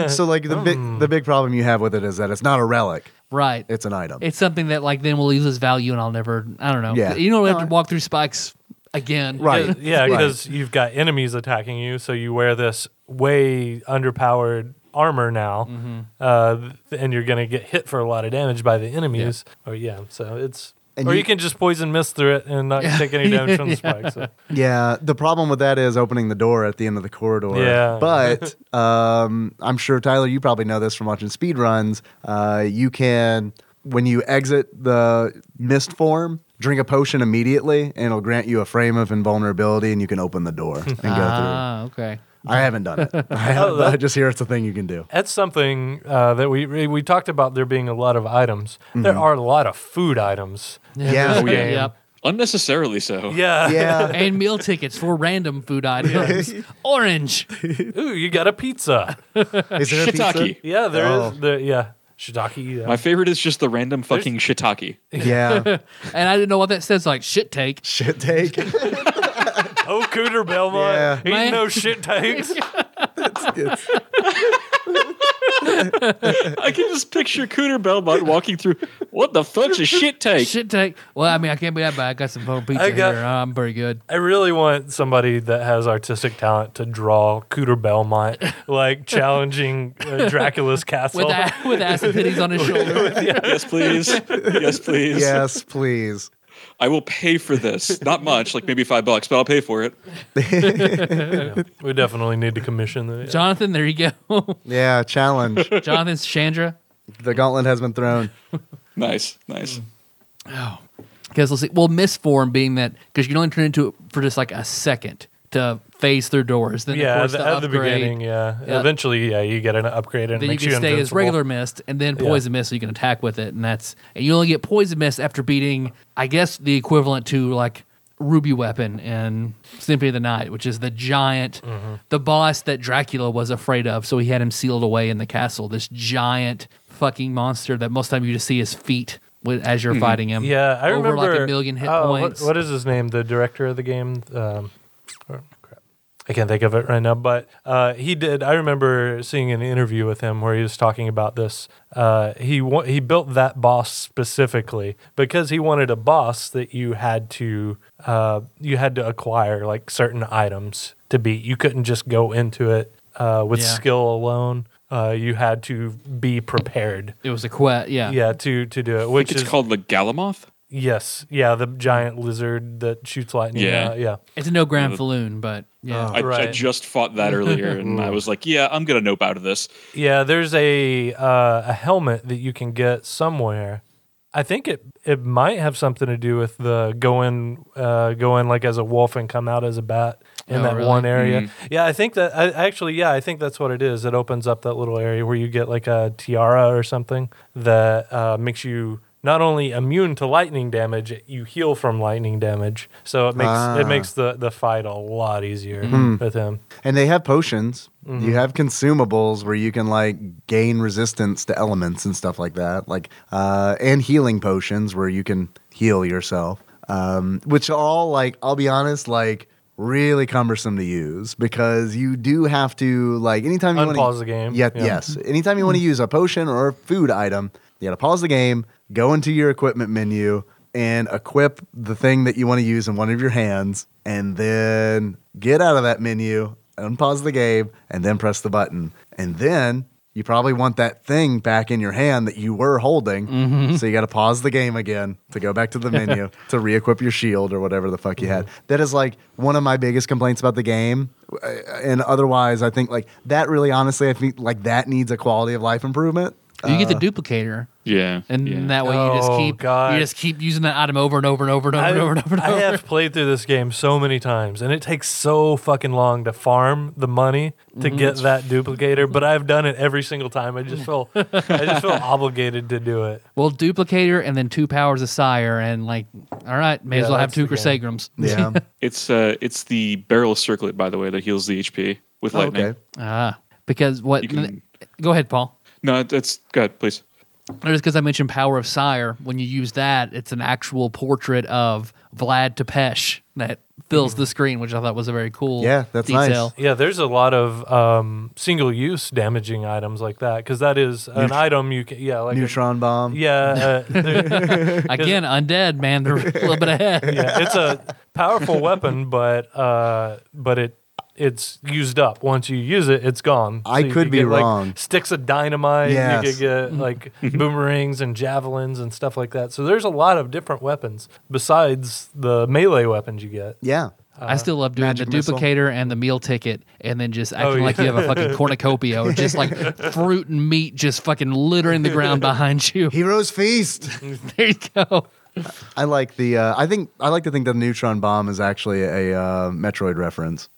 so like the big the big problem you have with it is that it's not a relic.
Right.
It's an item.
it's something that like then will lose its value and I'll never I don't know.
Yeah.
You don't have
No,
to
I-
walk through spikes again.
Right.
Yeah,
Right.
because you've got enemies attacking you, so you wear this way underpowered armor now, uh, th- and you're gonna get hit for a lot of damage by the enemies. Or yeah, so it's.
And
or
you-
you, can just poison mist through it and not take any damage from the spikes. So.
Yeah, the problem with that is opening the door at the end of the corridor.
Yeah.
But um, I'm sure Tyler, you probably know this from watching speedruns. Uh, you can when you exit the mist form, drink a potion immediately, and it'll grant you a frame of invulnerability, and you can open the door and go through.
Ah, okay.
I haven't done it. I, haven't, I just hear it's a thing you can do.
That's something uh, that we we- we talked about. There being a lot of items. There are a lot of food items.
Mm-hmm. Yeah.
that's
Oh,
yeah.
good, Yep.
Unnecessarily so.
Yeah.
Yeah.
And meal tickets for random food items. Orange.
Ooh, you got a pizza.
Is there a pizza?
Shiitake.
Yeah, there is.
Oh.
There, yeah, shiitake. Yeah.
My favorite is just the random fucking shiitake.
Yeah.
And I didn't know what that says like shit take.
Shit take.
oh, Cooter Belmont.
Yeah.
He
Man.
no shit takes.
It's-
I can just picture Cooter Belmont walking through. What the fuck's a shit take?
Shit take. Well, I mean I can't be that bad. I got some phone pizza
I got-
here. I'm pretty good.
I really want somebody that has artistic talent to draw Cooter Belmont like challenging uh, Dracula's castle.
With a, with ass and titties on his shoulder.
Yes, please. Yes, please.
yes, please.
I will pay for this. Not much, like maybe five bucks, but I'll pay for it.
We definitely need to commission that.
Jonathan, there you go.
Yeah, challenge.
Jonathan's Chandra.
The gauntlet has been thrown.
Nice, nice.
Oh, because let's see. Well, misform being that because you can only turn into it for just like a second to phase through doors. Then
yeah,
of course
at the, at the
upgrade,
beginning, yeah.
Yeah.
Eventually, yeah, you get an upgrade and it
Then you
makes
can stay as
invincible.
regular mist, and then poison mist, so you can attack with it, and that's and you only get poison mist after beating, I guess, the equivalent to like ruby weapon in Symphony of the Night, which is the giant,
Mm-hmm.
the boss that Dracula was afraid of, so he had him sealed away in the castle. This giant fucking monster that most time you just see his feet with, as you're fighting him.
Hmm. Yeah, I
over
remember
like a million hit
oh, what-
points.
what is his name? The director of the game. Um, oh, crap. I can't think of it right now, but uh, he did. I remember seeing an interview with him where he was talking about this. Uh, he wa- he built that boss specifically because he wanted a boss that you had to uh, you had to acquire like certain items to beat. You couldn't just go into it uh, with
Yeah.
skill alone. Uh, you had to be prepared.
It was a quest. Yeah.
Yeah, to to do it.
I think
Which
it's
is
called the Galamoth.
Yes. Yeah, the giant lizard that shoots lightning.
Yeah.
Yeah. yeah.
It's a no grand Falloon, but yeah.
I, I
Right.
just fought that earlier, and I was like, "Yeah, I'm gonna nope out of this."
Yeah, there's a uh, a helmet that you can get somewhere. I think it it might have something to do with the go in uh, go in like as a wolf and come out as a bat in
Oh,
that
really? Mm-hmm.
one area. Yeah, I think that I, actually yeah, I think that's what it is. It opens up that little area where you get like a tiara or something that uh, makes you not only immune to lightning damage, you heal from lightning damage. So it makes
Ah.
it makes the, the fight a lot easier
Mm-hmm.
with him.
And they have potions.
Mm-hmm.
You have consumables where you can like gain resistance to elements and stuff like that. Like uh, and healing potions where you can heal yourself. Um, which are all like I'll be honest, like really cumbersome to use because you do have to like anytime you want to
Unpause the game.
Yeah,
Yeah.
yes. Anytime you want to use a potion or a food item, you got to pause the game, go into your equipment menu, and equip the thing that you want to use in one of your hands, and then get out of that menu, unpause the game, and then press the button. And then you probably want that thing back in your hand that you were holding. So you got to pause the game again to go back to the menu to re equip your shield or whatever the fuck you had. That is like one of my biggest complaints about the game uh, and otherwise i think like that really honestly i think like that needs a quality of life improvement
you get the duplicator.
Yeah,
And
yeah.
that way you just
uh, Oh,
keep
God.
you just keep using that item over and over and over and over and over and over. And
I
over.
have played through this game so many times, and it takes so fucking long to farm the money
Mhm.
to get that duplicator. But I've done it every single time. I just feel, I just feel obligated to do it.
Well, duplicator and then two powers of sire, and like, all right, may as
Yeah,
well have
that's
two
the game.
Chrysagrams.
yeah
It's uh, it's the barrel circlet, by the way, that heals the HP with
Oh,
lightning.
okay
Ah, because what?
You can-
Go ahead, Paul.
No, that's good. Please.
Just because I mentioned Power of Sire, when you use that, it's an actual portrait of Vlad Tepesh that fills the screen, which I thought was a very cool
Yeah, that's nice.
detail.
Yeah, there's a lot of um, single-use damaging items like that because that is an item you can. Yeah, like a-
neutron bomb
yeah, uh, there-
Again, undead man, they're a little bit ahead.
yeah, it's a powerful weapon, but uh, but it. It's used up. Once you use it, it's gone.
I
you
could
could
be
get, like,
wrong.
sticks of dynamite.
Yes. Mm-hmm.
You could get like boomerangs and javelins and stuff like that. So there's a lot of different weapons besides the melee weapons you get.
yeah
I still love doing the
magic missile.
duplicator and the meal ticket, and then just acting
Oh, yeah.
like you have a fucking cornucopia, or just like fruit and meat just fucking littering the ground behind you.
heroes feast
There you go.
i like the uh, i think i like to think that the neutron bomb is actually a uh, metroid reference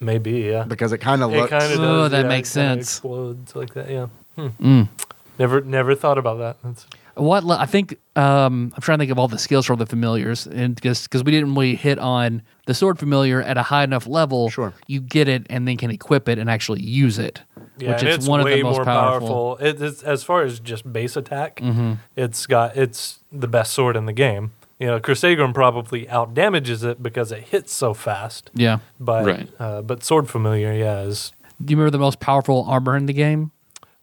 Maybe, yeah.
because it kind of
it
looks
kind of
Oh,
does.
that
yeah,
makes
it kinda
sense. Mm.
Explodes like that, yeah. Hmm. Never, never thought about that. That's,
What le- I think um, I'm trying to think of all the skills from the familiars, and because we didn't really hit on the sword familiar at a high enough level,
Sure.
you get it and then can equip it and actually use it,
yeah,
which
and
is
it's
one of
way
the most
more
powerful. Mm-hmm.
powerful. It, it's, as far as just base attack, it's got it's the best sword in the game. You know, Crusagram probably out damages it because it hits so fast.
Yeah,
But
Right.
uh, but sword familiar, yeah, is
do you remember the most powerful armor in the game?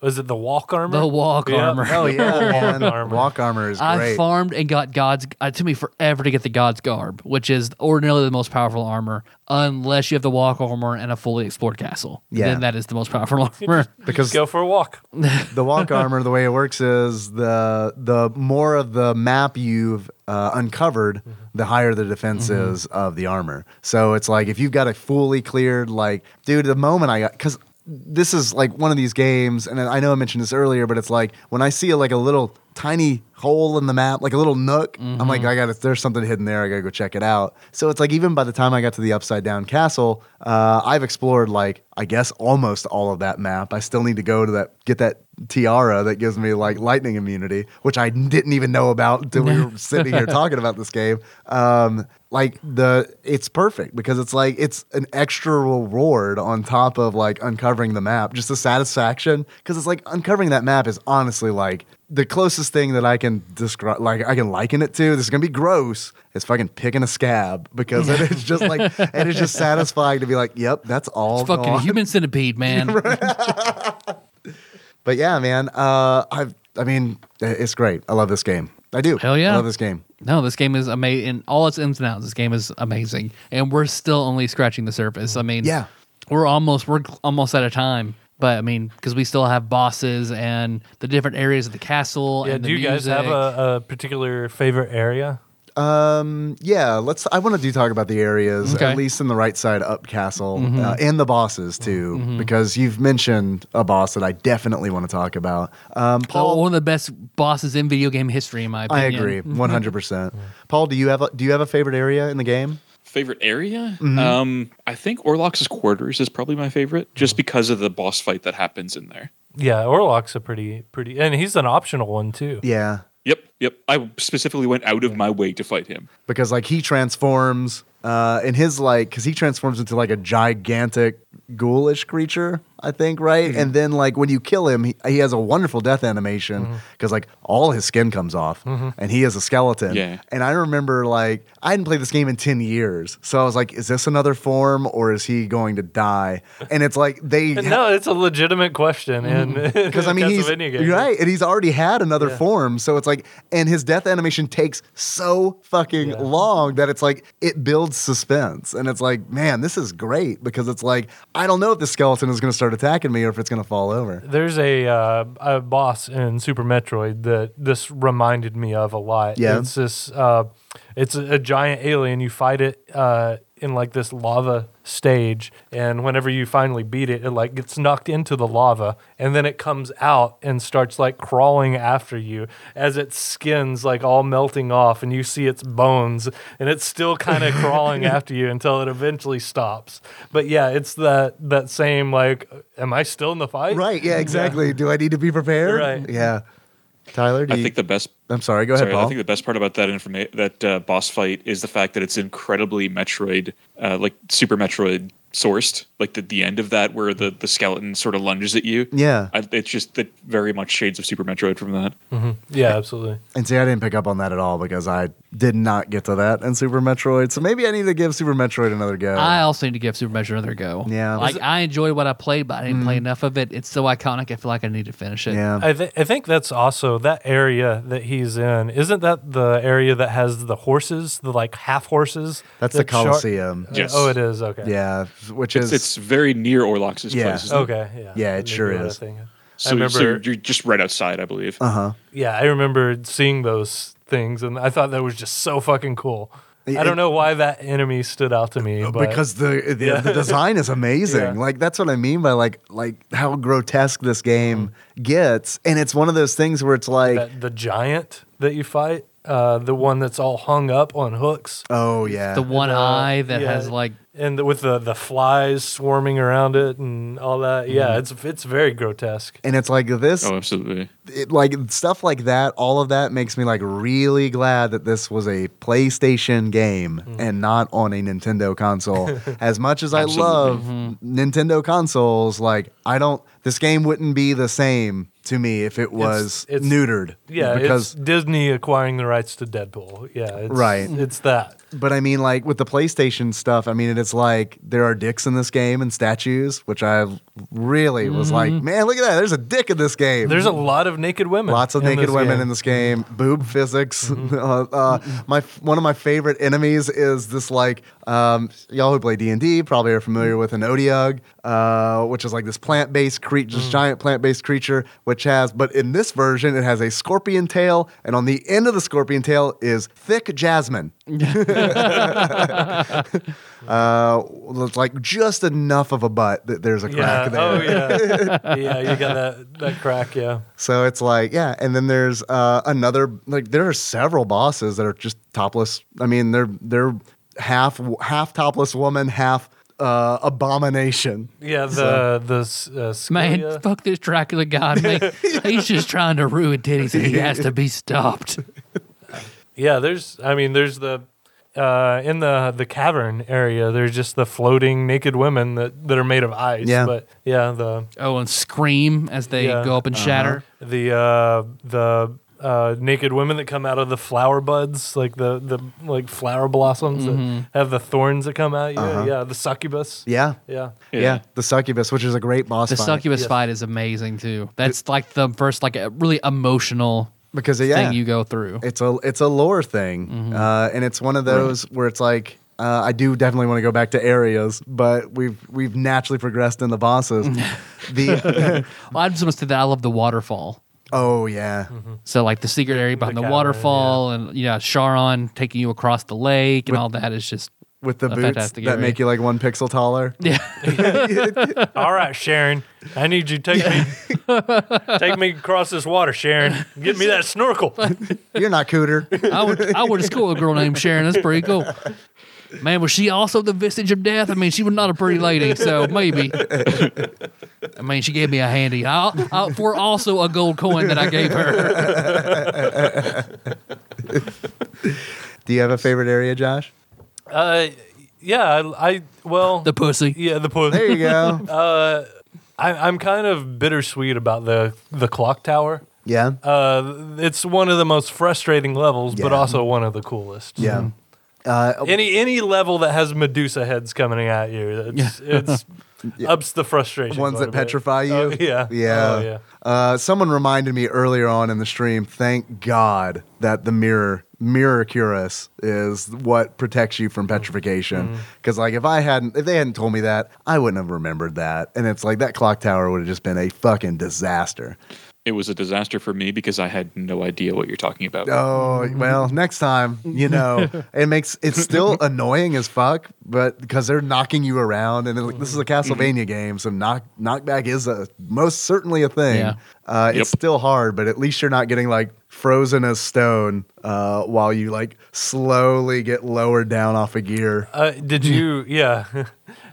was it the walk armor?
The walk
Yeah.
armor.
oh yeah man.
Walk armor.
walk armor is
I
great
farmed and got God's. Uh, it took me forever to get the God's garb, which is ordinarily the most powerful armor, unless you have the walk armor and a fully explored castle.
Yeah.
then that is the most powerful armor.
because
Go for a walk.
the walk armor, the way it works is the the more of the map you've uh, uncovered, the higher the defense is of the armor. So it's like if you've got a fully cleared, like, dude, the moment I got because this is like one of these games, and I know I mentioned this earlier, but it's like when I see like a little tiny hole in the map, like a little nook, I'm like, I got to there's something hidden there. I got to go check it out. So it's like even by the time I got to the upside down castle, uh, I've explored like I guess almost all of that map. I still need to go to that get that tiara that gives me like lightning immunity, which I didn't even know about until we were sitting here talking about this game. Um, like the it's perfect because it's like it's an extra reward on top of like uncovering the map, just the satisfaction because it's like uncovering that map is honestly like the closest thing that I can describe, like I can liken it to. This is gonna be gross. It's fucking picking a scab because it is just like and it's just satisfying to be like, yep, that's all.
It's fucking
gone.
human centipede, man.
But yeah, man, uh, I've, I mean, it's great. I love this game. I do.
Hell yeah.
I love this game.
No, this game is amazing. In all its ins and outs, this game is amazing, and we're still only scratching the surface. I mean,
Yeah.
we're almost we're cl- almost out of time. But I mean, because we still have bosses and the different areas of the castle.
Yeah,
and
do
the
you guys have
music.
a, a particular favorite area?
Um, yeah, let's. I want to do talk about the areas,
Okay. Mm-hmm.
at least in the right side up castle, uh, and the bosses too, because you've mentioned a boss that I definitely want to talk about. Um,
Oh,
Paul,
one of the best bosses in video game history, in my
I
Oh, opinion. Mm-hmm.
agree, one hundred percent. Paul, do you have a, do you have a favorite area in the game?
Favorite area? Um, I think Orlox's quarters is probably my favorite, just because of the boss fight that happens in there.
Yeah, Orlok's a pretty pretty, and he's an optional one too.
Yeah,
Yep, yep. I specifically went out of my way to fight him.
because like he transforms uh in his like because he transforms into like a gigantic ghoulish creature i think right and then like when you kill him he, he has a wonderful death animation because like all his skin comes off and he is a skeleton
Yeah.
and i remember like i hadn't played this game in 10 years so i was like is this another form or is he going to die and it's like they
No, it's a legitimate question,
Mm-hmm.
and
because I mean, he's
Castlevania games.
right, and he's already had another form, so it's like, and his death animation takes so fucking
Yeah.
long that it's like it builds suspense, and it's like, man, this is great because it's like I don't know if the skeleton is going to start attacking me or if it's going to fall over.
There's a, uh, a boss in Super Metroid that this reminded me of a lot.
Yeah.
it's this. Uh, it's a, a giant alien. You fight it uh, in like this lava stage, and whenever you finally beat it, it like gets knocked into the lava, and then it comes out and starts like crawling after you as its skin's like all melting off, and you see its bones, and it's still kind of crawling after you until it eventually stops. But yeah, it's that that same like, am I still in the fight?
Right? Yeah, exactly. Do I need to be prepared?
Right.
Yeah, Tyler. Do
I
you,
think the best.
I'm sorry. Go ahead,
Sorry,
Paul.
I think the best part about that informa- that uh, boss fight is the fact that it's incredibly Metroid, uh, like Super Metroid sourced. Like the, the end of that, where the, the skeleton sort of lunges at you.
yeah,
I, it's just that very much shades of Super Metroid from that.
Yeah, absolutely.
and see, I didn't pick up on that at all because I did not get to that in Super Metroid. So maybe I need to give Super Metroid another go.
I also need to give Super Measure another go.
Yeah. Mm-hmm.
like I enjoyed what I played, but I didn't play enough of it. It's so iconic. I feel like I need to finish it.
yeah,
I, th- I think that's also that area that he's in. Isn't that the area that has the horses, the like half horses?
that's the
that char-
Colosseum.
Uh,
Yes.
Oh, it is. Okay.
Yeah, which
It's,
is
it's very near Orlox's
Yeah.
place. isn't it?
Okay. Yeah.
Yeah, it
Maybe
sure
what I
is.
think.
So,
I remember.
so you're just right outside, I believe.
uh huh.
yeah, I remember seeing those things, and I thought that was just so fucking cool.
It- Uh,
I don't know why that enemy stood out to me, but
because the the, the design is amazing.
Yeah.
Like that's what I mean by like like how grotesque this game gets, and it's one of those things where it's like,
Mm-hmm. that, the giant that you fight, uh, the one that's all hung up on hooks,
oh yeah,
the one eye that
yeah.
has like
and with the the flies swarming around it and all that.
Mm-hmm.
Yeah, it's it's very grotesque.
and it's like this,
Oh, absolutely.
it, like stuff like that. All of that makes me like really glad that this was a PlayStation game
Mm-hmm.
and not on a Nintendo console. as much as I
Absolutely.
love
Mm-hmm.
Nintendo consoles, like I don't, this game wouldn't be the same to me if it was
it's-
neutered.
Yeah,
because
it's Disney acquiring the rights to Deadpool. Yeah, it's,
Right.
It's that.
But I mean, like with the PlayStation stuff, I mean, it's like there are dicks in this game and statues, which I really was like, man, look at that. There's a dick in this game.
Mm-hmm. There's a lot of naked women.
lots of
in
naked
this
women
game. Mm-hmm.
in this game. Boob physics. Uh, uh, my one of my favorite enemies is this like um, y'all who play D and D probably are familiar with an odiug, uh,
Mm.
which is like this plant based creature, this giant plant based creature, which has. But in this version, it has a scorpion scorpion tail, and on the end of the scorpion tail is thick jasmine. uh, it's like just enough of a butt that there's a crack
Yeah.
there.
Oh yeah. yeah. You got that that crack. Yeah.
So it's like, yeah. And then there's uh, another, like, there are several bosses that are just topless. I mean, they're they're half half topless woman, half uh, abomination.
Yeah. The the s- uh,
Man,
Scalia-
fuck this Dracula god. Man. He's just trying to ruin titties and he has to be stopped.
Yeah, there's. I mean, there's the uh, in the the cavern area. There's just the floating naked women that, that are made of ice.
Yeah.
But yeah, the
Oh, and scream as they
Yeah.
go up
Uh-huh.
and shatter.
the uh, the uh, naked women that come out of the flower buds, like the the like flower blossoms that have the thorns that come out. Yeah, yeah. The succubus.
Yeah.
Uh-huh. Yeah.
Yeah. The succubus, which is a great boss
The
fight.
succubus
Yes.
fight is amazing too. That's like the first, like a really emotional
because, yeah.
thing you Mm-hmm. go through.
It's a it's a lore thing, uh, and it's one of those where it's like uh, I do definitely want to go back to areas, but we've we've naturally progressed in the bosses. the
Well, I just want to say that I love the waterfall.
oh yeah,
So like the secret area behind the,
cavern,
waterfall, and yeah, Sharon taking you across the lake and all that is just
with the
A
boots that
fantastic area.
make you like one pixel taller.
yeah.
All right, Sharon. I need you to take me take me across this water, Sharon. Get me that snorkel.
You're not cooter.
I would I would to school with a girl named Sharon. That's pretty cool. Man, was she also the visage of death? I mean, she was not a pretty lady, so maybe. I mean, she gave me a handy I, I, for also a gold coin that I gave her.
do you have a favorite area, Josh?
Uh, yeah. I, I well.
The pussy.
yeah, the pussy.
There you go.
Uh, I, I'm kind of bittersweet about the the clock tower.
yeah,
Uh, it's one of the most frustrating levels, but
Yeah.
also one of the coolest.
yeah. Uh,
Any any level that has Medusa heads coming at you, it's, it's ups the frustration.
ones
quite a
that
bit.
petrify you.
Oh, yeah.
yeah.
Oh, yeah.
Uh, someone reminded me earlier on in the stream. Thank God that the mirror mirror curus is what protects you from petrification. Because like if I hadn't, if they hadn't told me that, I wouldn't have remembered that. And it's like that clock tower would have just been a fucking disaster.
It was a disaster for me because I had no idea what you're talking about.
Oh well, next time you know it makes it's still annoying as fuck, but because they're knocking you around, and they're like, this is a Castlevania game, so knock knockback is a most certainly a thing.
Yeah.
Uh, It's
Yep.
still hard, but at least you're not getting like frozen as stone uh, while you like slowly get lowered down off a gear.
Uh, did you? Yeah.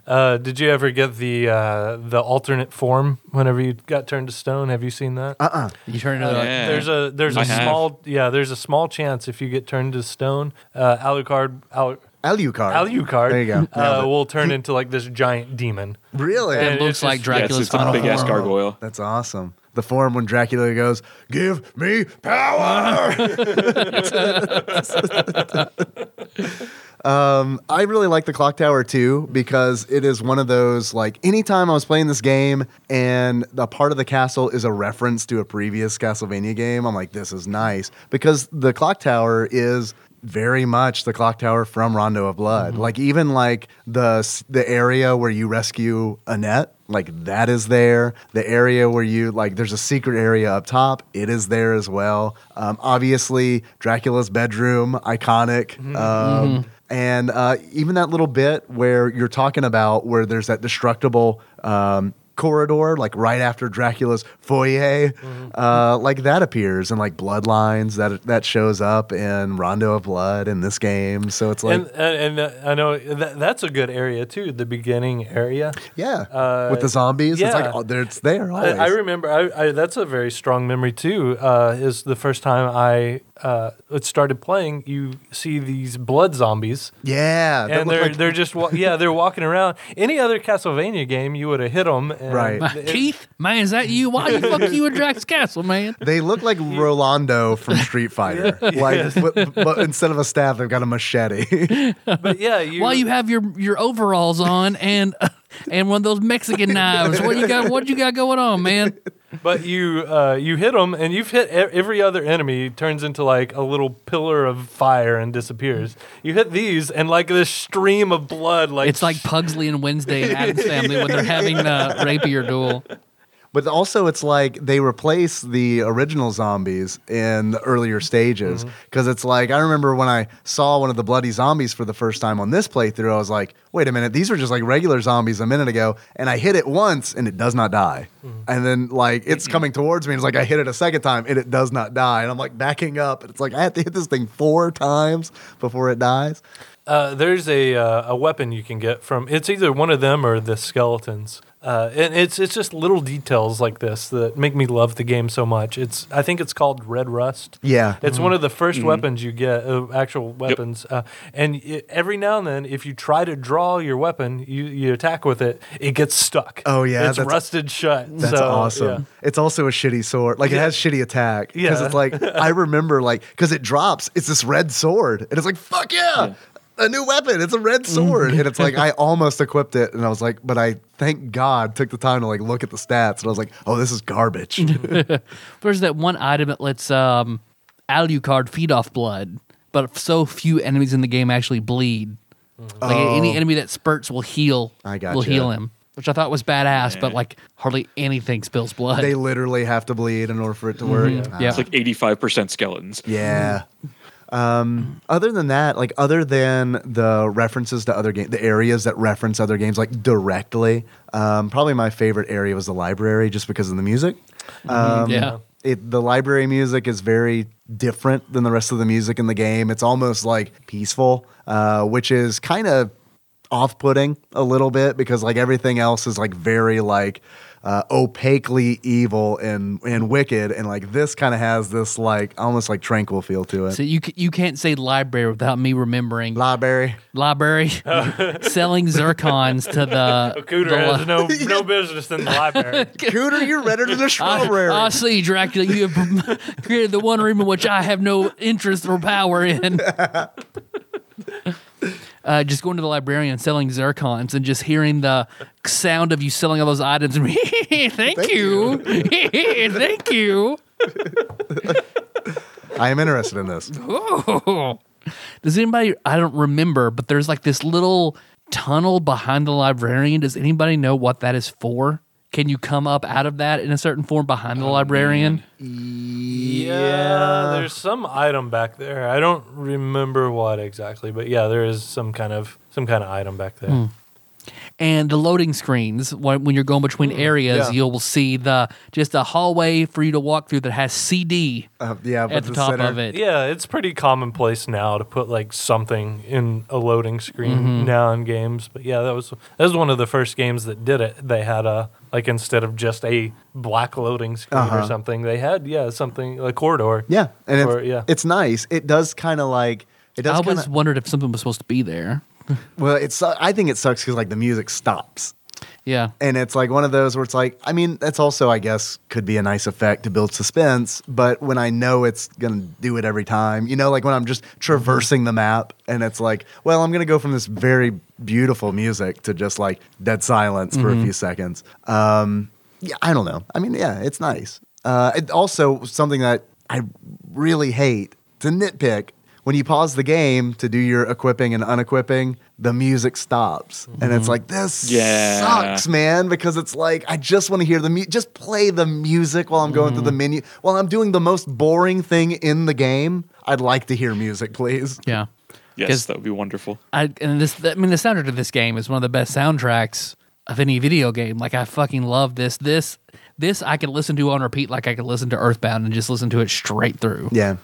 Uh, did you ever get the uh, the alternate form whenever you got turned to stone? Have you seen that?
Uh,
You turn into like,
Yeah.
There's a there's a
I have.
small yeah there's a small chance if you get turned to stone, uh, Alucard Alu,
Alucard.
Alucard
There you go. Nailed
uh,
it.
will turn into like this giant demon.
really?
it
it's
looks
just-
like
yeah,
yeah, it's,
Dracula's
it's a
final
big ass
form.
gargoyle.
That's awesome. The form when Dracula goes, "Give me power." um, I really like the Clock Tower too because it is one of those like anytime I was playing this game and the part of the castle is a reference to a previous Castlevania game, I'm like, this is nice because the Clock Tower is very much the clock tower from Rondo of Blood. Like even like the s- the area where you rescue Annette, like that is there. The area where you like there's a secret area up top, it is there as well. Um, obviously, Dracula's bedroom, iconic. Um, and uh, even that little bit where you're talking about where there's that destructible um, corridor, like right after Dracula's foyer,
Mm-hmm.
uh, like that appears in like Bloodlines that that shows up in Rondo of Blood in this game. So it's like,
and and, and uh, I know that, that's a good area too, the beginning area.
yeah,
uh,
with the zombies, it's
yeah.
like oh, there, it's there
I,
always.
I remember. I, I, that's a very strong memory too. Uh, is the first time I uh, started playing, you see these blood zombies,
yeah, that
and
looked
they're
like-
they're just wa- yeah they're walking around. Any other Castlevania game, you would have hit them.
Right.
Keith, man, is that you? Why the fuck you in Drax Castle, man?
they look like Rolando from Street Fighter. Like, but, but instead of a staff, they've got a machete.
but yeah, you,
Why you have your your overalls on and and one of those Mexican knives? What you got? What you got going on, man?
but you uh, you hit them, and you've hit e- every other enemy turns into like a little pillar of fire and disappears. You hit these, and like this stream of blood, like
It's like Pugsley and Wednesday and Adam's family when they're having the rapier uh, duel.
But also, it's like they replace the original zombies in the earlier stages because it's like I remember when I saw one of the bloody zombies for the first time on this playthrough, I was like, "Wait a minute, these are just like regular zombies a minute ago." And I hit it once, and it does not die. And then like it's coming towards me, and it's like I hit it a second time, and it does not die. And I'm like backing up, and it's like I have to hit this thing four times before it dies.
Uh, there's a uh, a weapon you can get from it's either one of them or the skeletons, uh, and it's it's just little details like this that make me love the game so much. It's I think it's called red rust.
Yeah.
it's one of the 1st
Mm-hmm.
weapons you get, uh, actual weapons. Uh, and i every now and then, if you try to draw your weapon, you, you attack with it, it gets stuck.
Oh, yeah,
it's
that's-
rusted shut.
That's
so,
awesome. It's also a shitty sword. Like it has shitty attack. Because
Yeah.
it's like I remember like because it drops, it's this red sword. And it's like, fuck yeah. A new weapon. It's a red sword. and it's like I almost equipped it and I was like, but I thank God took the time to like look at the stats and I was like, oh, this is garbage.
There's that one item that lets um, Alucard feed off blood, but so few enemies in the game actually bleed. Like any enemy that spurts will heal.
Oh. I
Will
gotcha.
heal him, which I thought was badass, but like hardly anything spills blood.
they literally have to bleed in order for it to work.
yeah.
It's like 85% skeletons.
Yeah. Um, other than that, like other than the references to other games, the areas that reference other games, like directly, um, probably my favorite area was the library just because of the music. Um,
Yeah.
It, the library music is very different than the rest of the music in the game. It's almost like peaceful, uh, which is kind of off putting a little bit because like everything else is like very like uh, opaquely evil and and wicked and like this kind of has this like almost like tranquil feel to it.
So you c- you can't say library without me remembering
Library.
library selling zircons to the.
Cooter
the li-
has no no business in the library.
Cooter, you're ready to the strawberry.
I, I see, Dracula. You have created the one room in which I have no interest or power in. Uh, just going to the librarian and selling zircons and just hearing the sound of you selling all those items. and thank, you. thank you.
I am interested in this.
Oh. Does anybody, I don't remember, but there's like this little tunnel behind the librarian. Does anybody know what that is for? Can you come up out of that in a certain form behind the librarian?
Yeah, there's some item back there. I don't remember what exactly, but yeah, there is some kind of some kind of item back there.
and the loading screens when, when you're going between areas
yeah.
you'll see the just a hallway for you to walk through that has cd
Uh, yeah, but
at the, top
center-
of it
Yeah, it's pretty commonplace now to put like something in a loading screen now in games. But yeah, that was that was one of the first games that did it. They had a like instead of just a black loading screen or something, they had yeah something a corridor.
Uh-huh. Yeah, and it's,
Or- yeah.
it's nice. It does kind of like it
i
does.
always
Kinda,
wondered if something was supposed to be there
well, it's I think it sucks because like the music stops.
yeah
and it's like one of those where it's like i mean that's also i guess could be a nice effect to build suspense but when i know it's gonna do it every time you know like when i'm just traversing the map and it's like well i'm gonna go from this very beautiful music to just like dead silence for a few seconds um, yeah i don't know i mean yeah it's nice uh, it also something that i really hate to nitpick when you pause the game to do your equipping and unequipping, the music stops. And it's like, this
Yeah.
sucks, man, because it's like, I just want to hear the music. Just play the music while I'm going through the menu. While I'm doing the most boring thing in the game, I'd like to hear music, please.
yeah
Yes,
'Cause
that would be wonderful.
I, and this i mean the soundtrack to this game is one of the best soundtracks of any video game like i fucking love this this this i can listen to on repeat like i could listen to earthbound and just listen to it straight through
Yeah.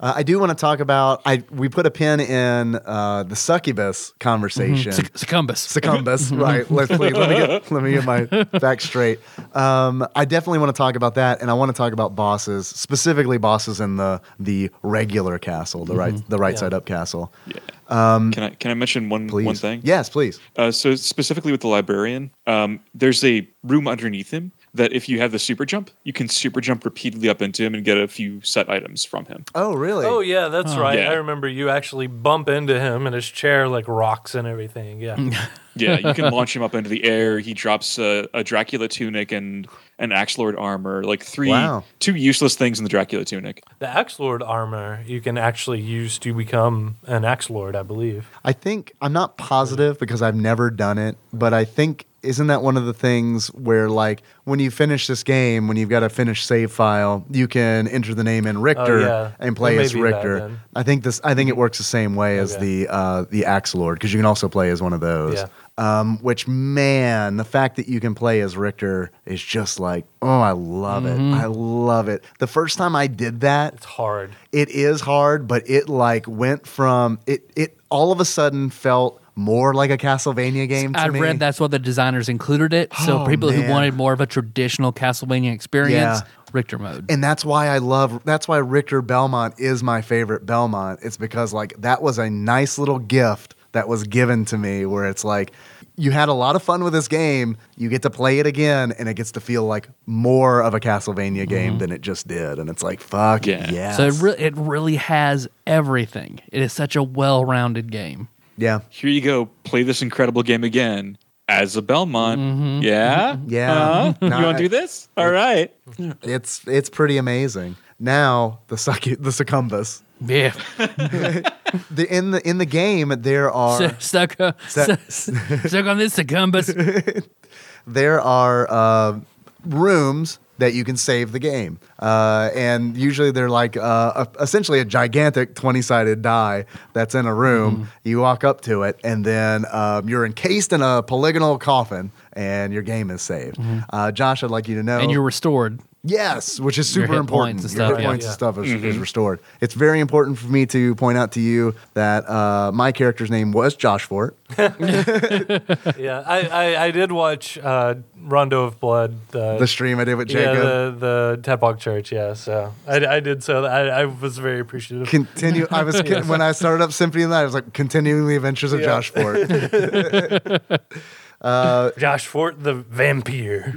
Uh, I do want to talk about. I we put a pin in uh, the succubus conversation.
Suc- succumbus
Succumbus, right? Let's please, let me get let me get my back straight. Um, I definitely want to talk about that, and I want to talk about bosses, specifically bosses in the the regular castle, the right the right side up castle.
can I can I mention one
Mm. Please,
one thing?
yes, please.
Uh, so specifically with the librarian, um, there's a room underneath him that if you have the super jump, you can super jump repeatedly up into him and get a few set items from him.
Oh, really?
Oh yeah, that's right.
Yeah.
I remember you actually bump into him and his chair like rocks and everything. Yeah.
Yeah, you can launch him up into the air. He drops a, a Dracula tunic and an axe lord armor, like three
Wow.
two useless things in the Dracula tunic.
The Axe Lord armor you can actually use to become an Axe Lord, I believe.
I think I'm not positive because I've never done it, but I think isn't that one of the things where like when you finish this game, when you've got a finished save file, you can enter the name in Richter
Oh, yeah.
and play
It may
as
be that
Richter.
then.
I think this. I think it works the same way as
Okay.
the uh, the Axe Lord because you can also play as one of those.
Yeah.
Um, which man, the fact that you can play as Richter is just like, oh, I love it. I love it. The first time I did that,
Mm-hmm. It's hard.
it is hard, but it like went from it it all of a sudden felt more like a Castlevania game to
I
me.
read that's why the designers included it. So
Oh,
people
man.
who wanted more of a traditional Castlevania experience,
Yeah.
Richter mode.
And that's why I love that's why Richter Belmont is my favorite Belmont. It's because like that was a nice little gift that was given to me where it's like you had a lot of fun with this game, you get to play it again and it gets to feel like more of a Castlevania game than it just did and it's like fuck yeah.
Yeah.
Mm-hmm. So it, re- it really has everything. It is such a well-rounded game.
yeah.
Here you go. Play this incredible game again as a Belmont. Mm-hmm. Yeah.
Yeah.
Huh? Uh-huh. you
No,
want
I-
to do this? All right.
It's it's pretty amazing. Now the succu- the succumbus.
Yeah.
The, in the in the game there are
So, stuck, uh,
That-
so- stuck on this succumbus.
there are uh, rooms that you can save the game. Uh, and usually they're like uh, a, essentially a gigantic 20 sided die that's in a
Mm-hmm.
room. You walk up to it, and then um, you're encased in a polygonal coffin, and your game is saved. Uh, Josh, I'd like you to know.
Mm-hmm. And you're restored.
Yes, which is
Your
super
hit
important.
points and
Your
stuff,
hit
yeah.
points
Yeah.
and stuff is,
Mm-hmm.
is restored. It's very important for me to point out to you that uh, my character's name was Josh Fort.
yeah, I, I, I did watch uh, Rondo of Blood.
The stream I did with
Yeah,
Jacob.
the the Tadpog Church. Yeah, so I, I did so. I, I was very appreciative.
Continue. I was when I started up Symphony of the Night. I was like continuing the adventures of
Yeah.
Josh Fort.
Josh Fort, the vampire.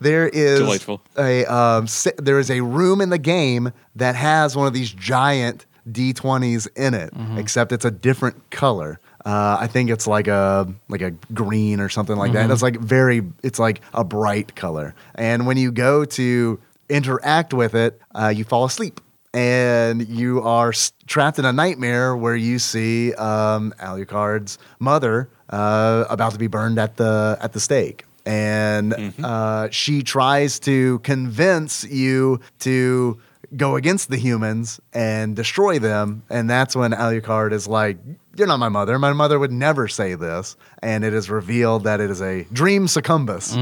There is
Delightful.
a um, si- there is a room in the game that has one of these giant D20s in it, except it's a different color. Uh, I think it's like a like a green or something like that. It's like very it's like a bright color. And when you go to interact with it, uh, you fall asleep. And you are s- trapped in a nightmare where you see um, Alucard's mother uh, about to be burned at the at the stake and uh, she tries to convince you to go against the humans and destroy them. And that's when Alucard is like, You're not my mother. My mother would never say this. And it is revealed that it is a dream succumbus.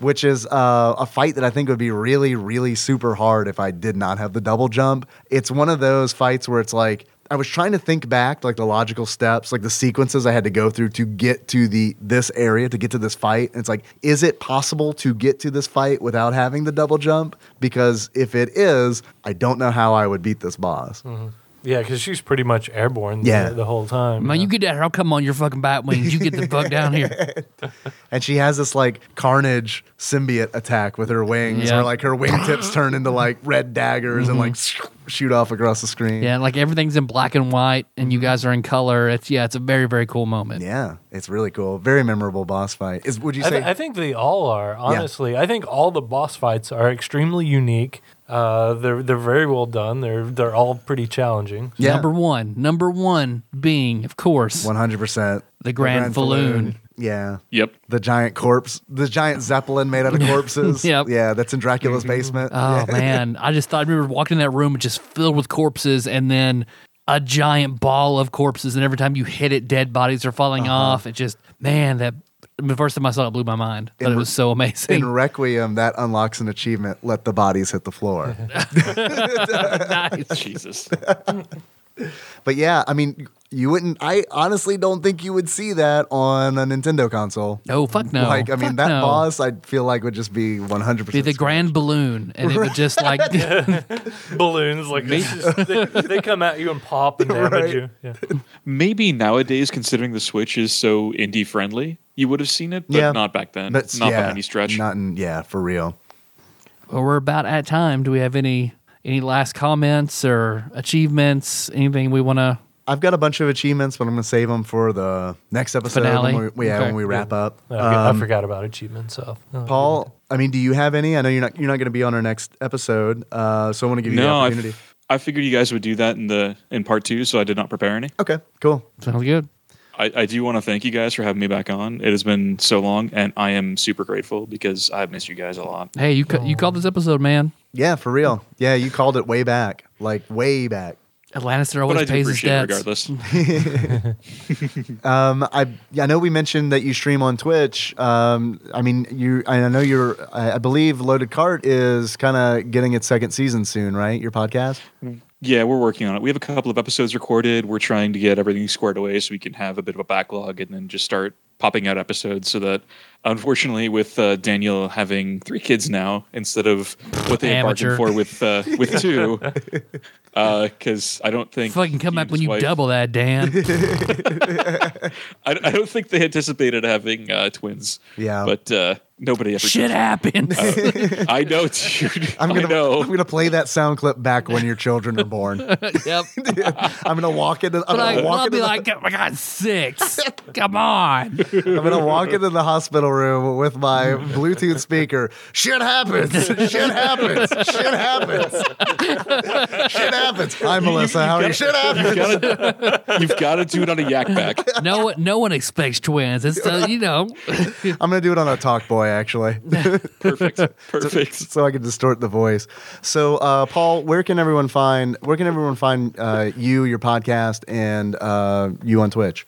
Which is uh, a fight that I think would be really, really super hard if I did not have the double jump. It's one of those fights where it's like, I was trying to think back, like the logical steps, like the sequences I had to go through to get to the this area, to get to this fight. And it's like, is it possible to get to this fight without having the double jump? Because if it is, I don't know how I would beat this boss.
yeah, because she's pretty much airborne. the-
Yeah.
The, whole time.
Man, you get down here. I'll come on your fucking bat wings. You get the fuck down here.
And she has this like carnage symbiote attack with her wings,
Yeah.
where like her wingtips turn into like red daggers and like shoot off across the screen.
Yeah, like everything's in black and white, and you guys are in color. It's yeah, it's a very very cool moment.
Mm-hmm. Yeah, it's really cool. Very memorable boss fight. Is would you
I,
say?
th- I think they all are. Honestly, I think all the boss fights are extremely unique. Uh, they're they're very well done. They're they're all pretty challenging.
yeah,
Number one, number one being, of course,
one hundred percent.
the Grand, Falloon.
Yeah.
Yep.
The giant corpse, the giant zeppelin made out of corpses.
Yep.
Yeah, that's in Dracula's basement.
Oh man, I just thought I remember walking in that room just filled with corpses, and then a giant ball of corpses, and every time you hit it, dead bodies are falling
Uh-huh.
off. It just man, that the first time I saw it, it blew my mind. But it was so amazing.
in Requiem, that unlocks an achievement: let the bodies hit the floor.
nice.
Jesus.
but yeah, I mean, you wouldn't. I honestly don't think you would see that on a Nintendo console.
No, fuck no.
Like, I mean,
Fuck
that
no.
boss, I feel like would just be one hundred
Be
percent.
the grand balloon, and it would just like
Balloons like it's just- they, they come at you and pop and damage
Right.
you. Yeah.
Maybe nowadays, considering the Switch is so indie friendly, you would have seen it, but
Yeah.
not back then.
That's-
not
yeah,
by any stretch.
Not in, yeah, for real.
Well, we're about at time. Do we have any any last comments or achievements? Anything we want to?
I've got a bunch of achievements, but I'm going to save them for the next episode
Finale?
when we, yeah,
Okay.
when we wrap up.
I,
Um,
I forgot about achievements. So uh,
Paul, I mean, do you have any? I know you're not you're not going to be on our next episode, uh, so I want to give you
no,
the
I,
opportunity.
f- I figured you guys would do that in the in part two, so I did not prepare any.
okay, cool.
Sounds good.
I, I do want to thank you guys for having me back on. It has been so long, and I am super grateful because I've missed you guys a lot.
Hey, you ca- you called this episode, man.
Yeah, for real. Yeah, you called it way back, like way back.
Atlantis
But
always
I do
pays his
appreciate it
debts.
regardless.
Um, I I know we mentioned that you stream on Twitch. Um, I mean, you. I know you're. I I believe Loaded Cart is kind of getting its second season soon, right? Your podcast.
Yeah, we're working on it. We have a couple of episodes recorded. We're trying to get everything squared away so we can have a bit of a backlog and then just start popping out episodes so that unfortunately with uh, Daniel having three kids now instead of what they had
Amateur.
bargained for with uh, with two because I don't think
Fucking come
he and
back when
his
you
wife-
double that, Dan.
I, I don't think they anticipated having uh, twins
Yeah.
but uh, nobody ever
Shit
did.
happens.
Uh, I know dude
I'm gonna.
I know
I'm gonna play that sound clip back when your children are born.
yep.
I'm gonna walk into. I'm
But I,
gonna walk
I'll
into.
be
the-
like, "Oh, I got six. Come on.
I'm gonna walk into the hospital room with my Bluetooth speaker. Shit happens. Shit happens. Shit happens. Shit happens. Hi, Melissa. How are you? Shit happens.
You've gotta- you've got to do it on a yak back
No one, no one expects twins. It's uh, you know,
I'm gonna do it on a talk boy, actually.
perfect perfect
so I can distort the voice. So, uh, Paul, where can everyone find where can everyone find uh, you, your podcast, and uh, you on Twitch?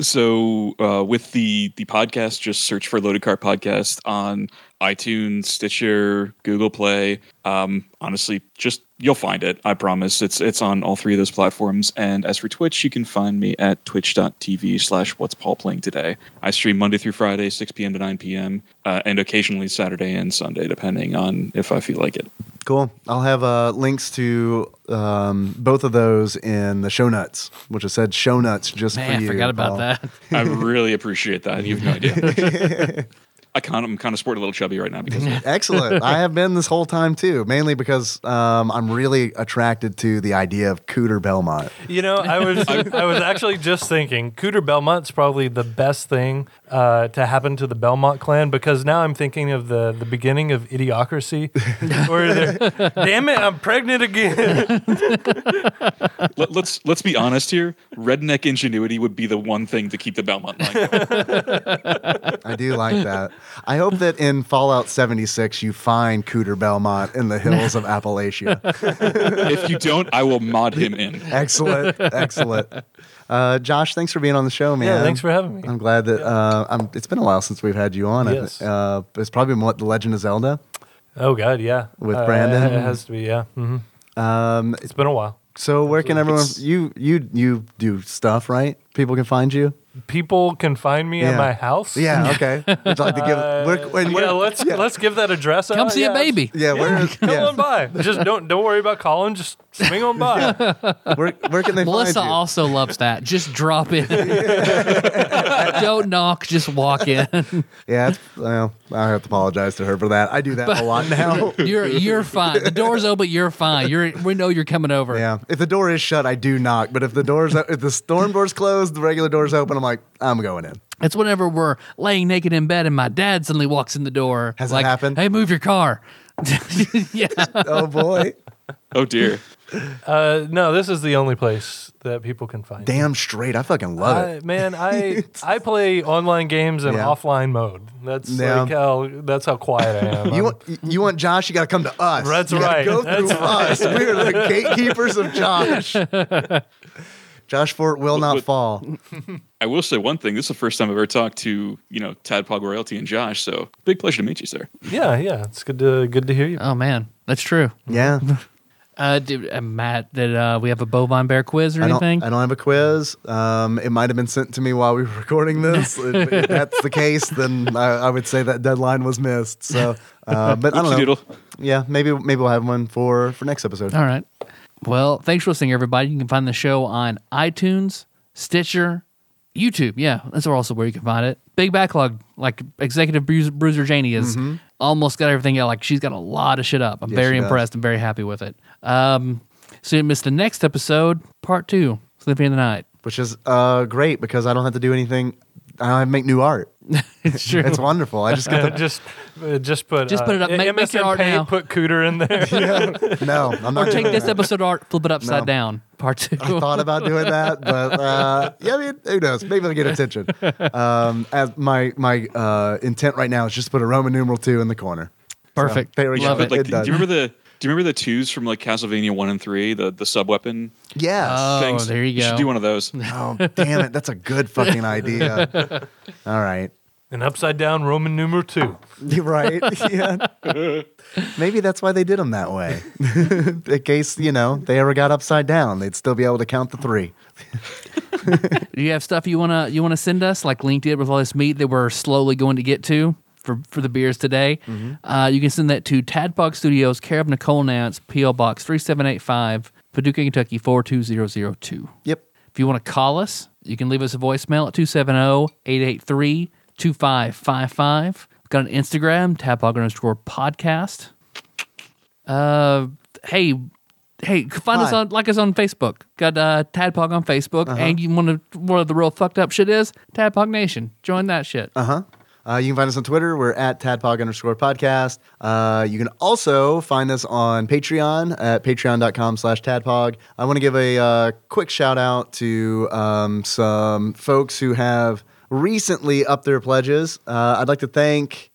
So uh, with the the podcast, just search for Loaded Car Podcast on iTunes, Stitcher, Google Play. Um, honestly, just you'll find it. I promise. It's it's on all three of those platforms. And as for Twitch, you can find me at twitch.tv slash what's Paul playing today. I stream Monday through Friday, 6 p.m. to 9 p.m. Uh, and occasionally Saturday and Sunday, depending on if I feel like it.
Cool. I'll have uh, links to um, both of those in the show notes, which I said show notes just for
man,
you.
I forgot about
Paul.
that.
I really appreciate that. You have no idea. I kind of, I'm kind of sporting a little chubby right now because of it.
Excellent. I have been this whole time too, mainly because um, I'm really attracted to the idea of Cooter Belmont.
You know, I was I was actually just thinking Cooter Belmont's probably the best thing uh, to happen to the Belmont clan because now I'm thinking of the the beginning of Idiocracy, where they're, damn it, I'm pregnant again.
Let, let's let's be honest here. Redneck ingenuity would be the one thing to keep the Belmont line. going.
I do like that. I hope that in Fallout 76 you find Cooter Belmont in the hills of Appalachia.
if you don't, I will mod him in.
excellent, excellent. Uh, Josh, thanks for being on the show, man.
thanks for having me.
I'm glad that uh, I'm, it's been a while since we've had you on. I-
Yes.
Uh, it's probably been, what the Legend of Zelda.
Oh God, yeah,
With
Uh,
Brandon?
it has to be. Yeah, hmm
Um,
it's been a while.
so where can everyone you you you do stuff right? People can find you.
People can find me at
Yeah.
my house.
Yeah. Okay. Would you like to give?
Uh,
where, where-
yeah, let's
yeah.
let's give that address.
Come
out.
see
Uh, yeah,
a baby.
yeah, where,
Come
yeah.
on by. Just don't don't worry about calling. Just swing on by.
where, where can they
Melissa
find you?
also loves that. Just drop in. Don't knock. Just walk in.
yeah, it's, well, I have to apologize to her for that. I do that a lot now.
You're you're fine. The door's open. You're fine. You're we know you're coming over.
Yeah. If the door is shut, I do knock. But if the doors, if the storm door's closed, the regular door's open, I'm like, I'm going in.
It's whenever we're laying naked in bed and my dad suddenly walks in the door.
Has it
like,
happened?
Hey, move your car. yeah.
Oh boy.
Oh dear.
Uh, no, this is the only place that people can find. me.
Damn straight. I fucking love
I,
it.
man, I I play online games in
Yeah.
offline mode. That's
Yeah.
like how that's how quiet I am.
You want you want Josh? You got to come to us.
That's
You gotta
right.
Go through
That's
us. We are the gatekeepers of Josh. Josh Fort will not
what-
fall.
I will say one thing. This is the first time I've ever talked to you know Tadpog Royalty and Josh. So big pleasure to meet you, sir.
I'm- yeah, yeah, it's good to good to hear you.
Oh man, that's true.
Yeah.
Uh, did, uh Matt, did uh, we have a bovine bear quiz or
I don't,
anything?
I don't have a quiz. Um, it might have been sent to me while we were recording this. if, if that's the case, then I, I would say that deadline was missed. So, uh, but I don't know.
Oopsie-doodle.
Yeah, maybe maybe we'll have one for for next episode.
All right. Well, thanks for listening, everybody. You can find the show on iTunes, Stitcher, YouTube. Yeah, that's also where you can find it. Big backlog, like Executive Bruiser, Bruiser Janie is almost got everything. out. Like she's got a lot of shit up. I'm
Mm-hmm. Yes,
very
she does.
impressed. I'm very happy with it. Um, so you missed the next episode, part two, Sleeping in the Night.
which is uh, great because I don't have to do anything. I don't have to make new art.
it's true.
It's wonderful. I just get
Uh, just, uh, just put,
Just
uh,
put it up. Make-
MSN
make your art
Paint,
now.
Put Cooter in there.
the no. I'm not
or take
doing
this
that.
episode art, flip it upside
No.
down, part two.
I thought about doing that, but uh, yeah, I mean, who knows? Maybe they'll get attention. Um, as my my uh, intent right now is just put a Roman numeral two in the corner.
Perfect.
There we go.
Love
But
it.
Good
like, do
done.
you remember the? Do you remember the twos from like Castlevania one and three? The the sub weapon
Yes.
Oh,
things.
there you
should
go.
do one of those.
oh, damn it! That's a good fucking idea. All right.
An upside down Roman numeral two.
You're right. Yeah. Maybe that's why they did them that way. In case, you know, they ever got upside down, they'd still be able to count the three.
Do you have stuff you wanna you wanna send us like Link did with all this meat that we're slowly going to get to for for the beers today? Uh, you can send that to Tadpog Studios, care of Nicole Nance, PL Box three seven eight five, Paducah, Kentucky four two zero zero two.
Yep.
If you want to call us, you can leave us a voicemail at oh, 270 883 2555. We've got an Instagram, tapog underscore podcast. Uh, hey, hey, find us
Hi. Uh-huh.
on, like us on Facebook. Got uh, Tadpog on Facebook. And you want to, one of the real fucked up shit is Tadpog Nation. Join that shit.
Uh, you can find us on Twitter. We're at tadpog underscore podcast. Uh, you can also find us on Patreon at patreon.com slash tadpog. I want to give a uh, quick shout out to um, some folks who have recently upped their pledges. Uh, I'd like to thank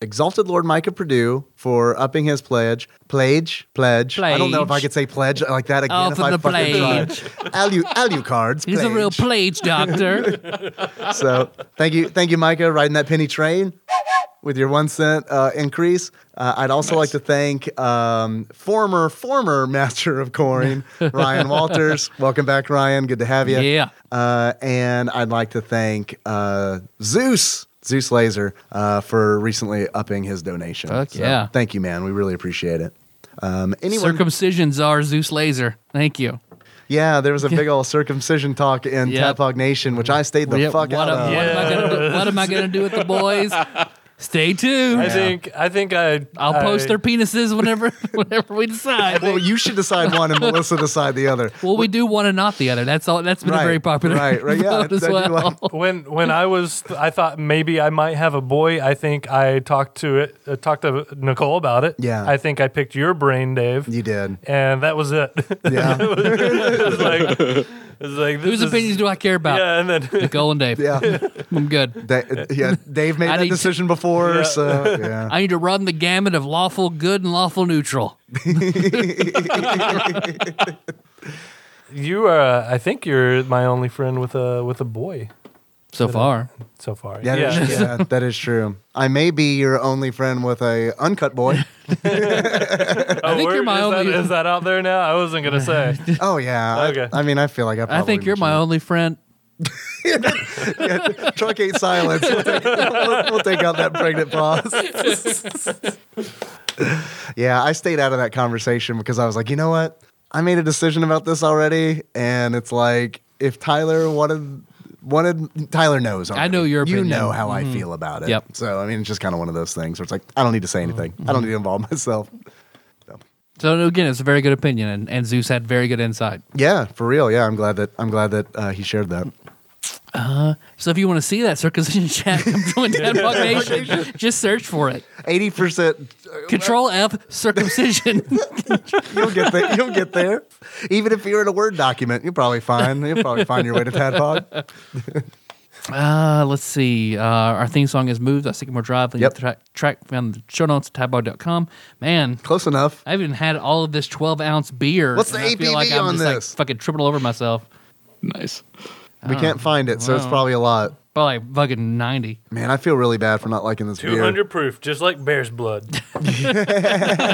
Exalted Lord Micah Purdue for upping his pledge. Pledge? Pledge. I don't know if I
Pledge.
could say pledge like that again.
Oh,
if
for
I
the
fucking tried.
pledge.
Alu, alu cards.
He's a real plage
pledge.
doctor.
So thank you, thank you, Micah, riding that penny train with your one cent uh, increase. Uh, I'd also like to thank um, former former master of coin Ryan Walters. Welcome back, Ryan. Good to have you.
Yeah.
Uh, and I'd like to thank uh, Zeus. Zeus Laser uh, for recently upping his donation.
Fuck yeah.
Thank you, man. We really appreciate it. Um, anyone,
Circumcisions are Zeus Laser. Thank you.
yeah, there was a big old circumcision talk in
Yep.
Tapog Nation, which I stayed the
Yep,
fuck
what, am,
out of.
what am I gonna do- what am I going to do with the boys? Stay tuned.
I think. I think I.
I'll
I-
post their penises whenever whenever we decide.
Well, you should decide one and Melissa decide the other.
Well, we do one and not the other. That's all. That's been a very popular
Right, right, yeah.
vote as
that'd be
well.
like-
When when I was, I thought maybe I might have a boy. I think I talked to it. Uh, talked to Nicole about it.
Yeah.
I think I picked your brain, Dave.
you did.
and that was it.
Yeah.
it was like, it was like this
Whose
is-
opinions do I care about?
Yeah, and then
Nicole and Dave.
Yeah.
I'm good.
Da- yeah. Dave made
I
that
need to-
decision before,
Yeah.
so yeah.
I need to run the gamut of lawful good and lawful neutral.
you are. uh, I think you're my only friend with a with a boy
So far,
so far.
That is- Yeah, that is true. I may be your only friend with a uncut boy.
Oh,
I think
we're-
you're my
is
only-
That, is that out there now? I wasn't gonna say.
Oh yeah. I-
Okay.
I, mean, I feel like I.
I
Probably
think you're my only friend.
mentioned- truncate silence. We'll take, we'll- we'll take out that pregnant pause. yeah, I stayed out of that conversation because I was like, you know what? I made a decision about this already, and it's like if Tyler wanted wanted Tyler knows. Already.
know your
You
opinion. Mm-hmm.
know how I feel about it.
Yep. Mm-hmm.
So I mean, it's just kind of one of those things where it's like I don't need to say anything. I don't need to involve myself.
So again, it's a very good opinion, and, and Zeus had very good insight.
Yeah, for real. Yeah, I'm glad that I'm glad that uh, he shared that.
So if you want to see that circumcision chat, come join Tadpog Nation. Just search for it.
Eighty percent.
Control F circumcision.
You'll get there. You'll get there. Even if you're in a Word document, you'll probably find you'll probably find your way to Tadpog.
Uh, let's see. Uh, our theme song is Moves by Sycamore Drive. Link
Yep.
to track, track found in the show notes at tadbog.com. Man,
Close enough.
I haven't had all of this 12 ounce beer.
What's the
and I feel
ABV
like I'm
on
just, like,
this?
fucking tripping all over myself.
Nice.
We
Oh,
can't find it, so it's
Wow.
probably a lot.
Probably fucking 90.
Man, I feel really bad for not liking this
Two
beer.
hundred proof, just like bear's blood.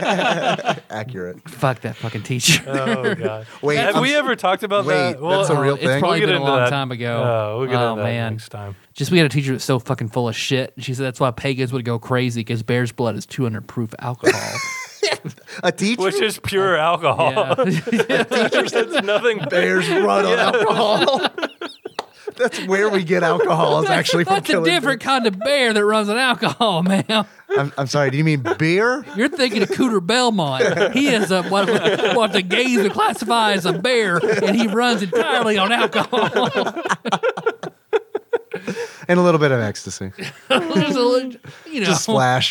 Accurate.
Fuck that fucking teacher.
Oh god.
Wait,
have
I'm
we
s-
ever talked about
wait,
that? Well,
that's a real
it's
thing.
probably
We'll get
been a
into
long
that.
time ago.
Oh, we'll get
oh
into that
man.
next time.
Just we had a teacher that's so fucking full of shit. She said that's why pagans would go crazy because bear's blood is 200 proof alcohol.
A teacher
Which is pure alcohol.
yeah.
it's nothing
bears run on
Oh.
alcohol. That's where we get alcohol is actually from
That's a
killing.
different kind of bear that runs on alcohol, man.
I'm, I'm sorry. Do you mean beer?
You're thinking of Cooter Belmont. He is a, what, what the gays would classify as a bear, and he runs entirely on alcohol.
and a little bit of ecstasy.
There's a little- you know,
Just splash.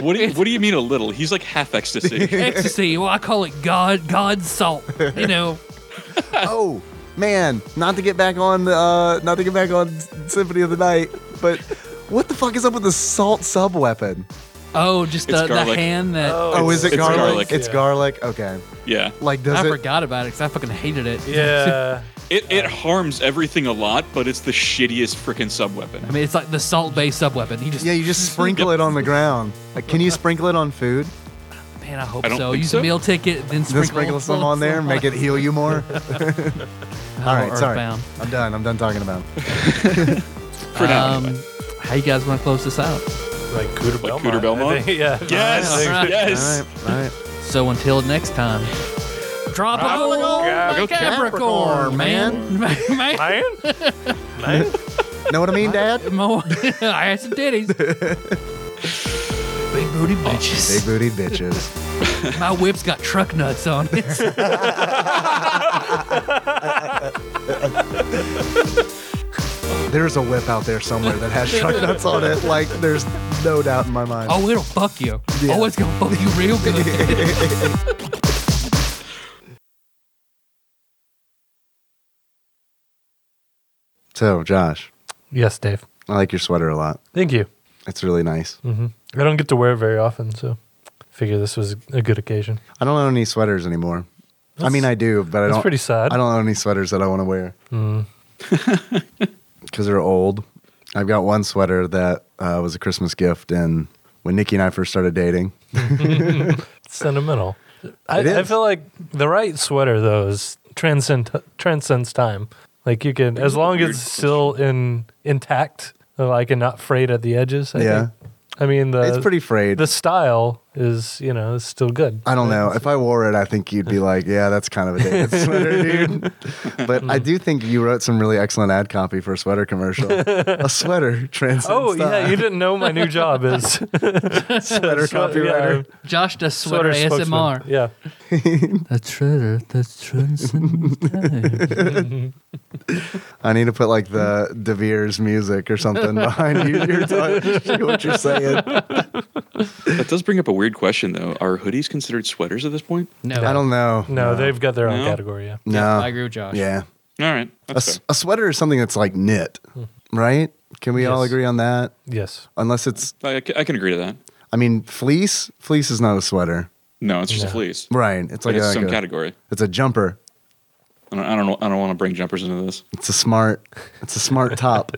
What do you What do you mean a little? He's like half ecstasy.
ecstasy. Well, I call it God, God's salt. You know,
oh man, not to get back on the uh, not to get back on Symphony of the Night, but what the fuck is up with the salt sub weapon?
oh, just
It's
the, the
garlic.
hand that
Oh, is it
it's
garlic?
garlic,
It's
yeah.
garlic. Okay.
yeah,
Like does
I
it
forgot about it because I fucking hated it.
Yeah.
it it harms everything a lot, but it's the shittiest freaking sub weapon.
I mean, it's like the salt-based subweapon. You just,
Yeah, you just sprinkle it on the ground. Like can you sprinkle it on food?
man, I hope
I don't
so.
think
Use
so.
a meal ticket, then
Then
sprinkle,
sprinkle some on there, make it heal you more.
All
All right, sorry.
Earthbound.
I'm done. I'm done talking about it.
For now,
Um,
anyway.
how you guys want to close this out?
Like Cooter
Like
Belmont.
Cooter
I
Belmont?
think. Yeah.
yes,
All right.
yes.
All right, all right.
So until next time, tropical,
Tropical
Go
Capricorn,
Capricorn,
man. man.
Iron? Iron?
Know what I mean, Dad?
Mo- I had some titties. Big booty
Big
bitches.
booty bitches.
Oh, My whip's got truck nuts on it.
There's a whip out there somewhere that has truck nuts on it. Like, there's no doubt in my mind.
Oh, it'll fuck you.
Yeah.
Oh, it's gonna fuck you real good.
So, Josh,
Yes, Dave.
I like your sweater a lot.
Thank you.
It's really nice.
hmm I don't get to wear it very often, so figure this was a good occasion.
I don't own any sweaters anymore. I mean, I do, but I
That's
don't.
pretty sad.
I don't own any sweaters that I want to wear
Mm.
because they're old. I've got one sweater that uh, was a Christmas gift, and when Nikki and I first started dating,
sentimental. I,
It is.
I feel like the right sweater though is transcend transcends time. Like you can, as long as
weird
it's still in intact, like and not frayed at the edges. I
Yeah.
think. I mean the
it's pretty frayed.
The style is you know is still good.
I don't know. If I wore it, I think you'd be like, "Yeah, that's kind of a dated sweater, dude."
Hmm.
But I do think you wrote some really excellent ad copy for a sweater commercial. a sweater transcends.
Oh yeah,
time.
you didn't know my new job is
sweater copywriter.
Josh does
sweater
sweater,
spokesman.
ASMR.
Yeah,
That's true. That's true.
I need to put like the De Beers music or something behind you. You're talking, what you're saying.
That does bring up a weird question though. Are hoodies considered sweaters at this point?
No,
I don't know.
no, they've got their own
No.
category. Yeah,
No.
Yeah, I agree with Josh.
Yeah.
All right,
A,
that's
s-
fair.
a sweater is something that's like knit,
Mm-hmm.
right? Can we all
Yes.
agree on that?
yes,
Unless it's,
I, I ca- I can agree to that.
I mean, fleece. Fleece is not a sweater,
No, it's just
No.
a fleece.
right? It's
Like
like,
it's
a,
some
like a-
category.
It's a jumper.
I don't, I don't know. I don't want to bring jumpers into this.
It's a smart. It's a smart top.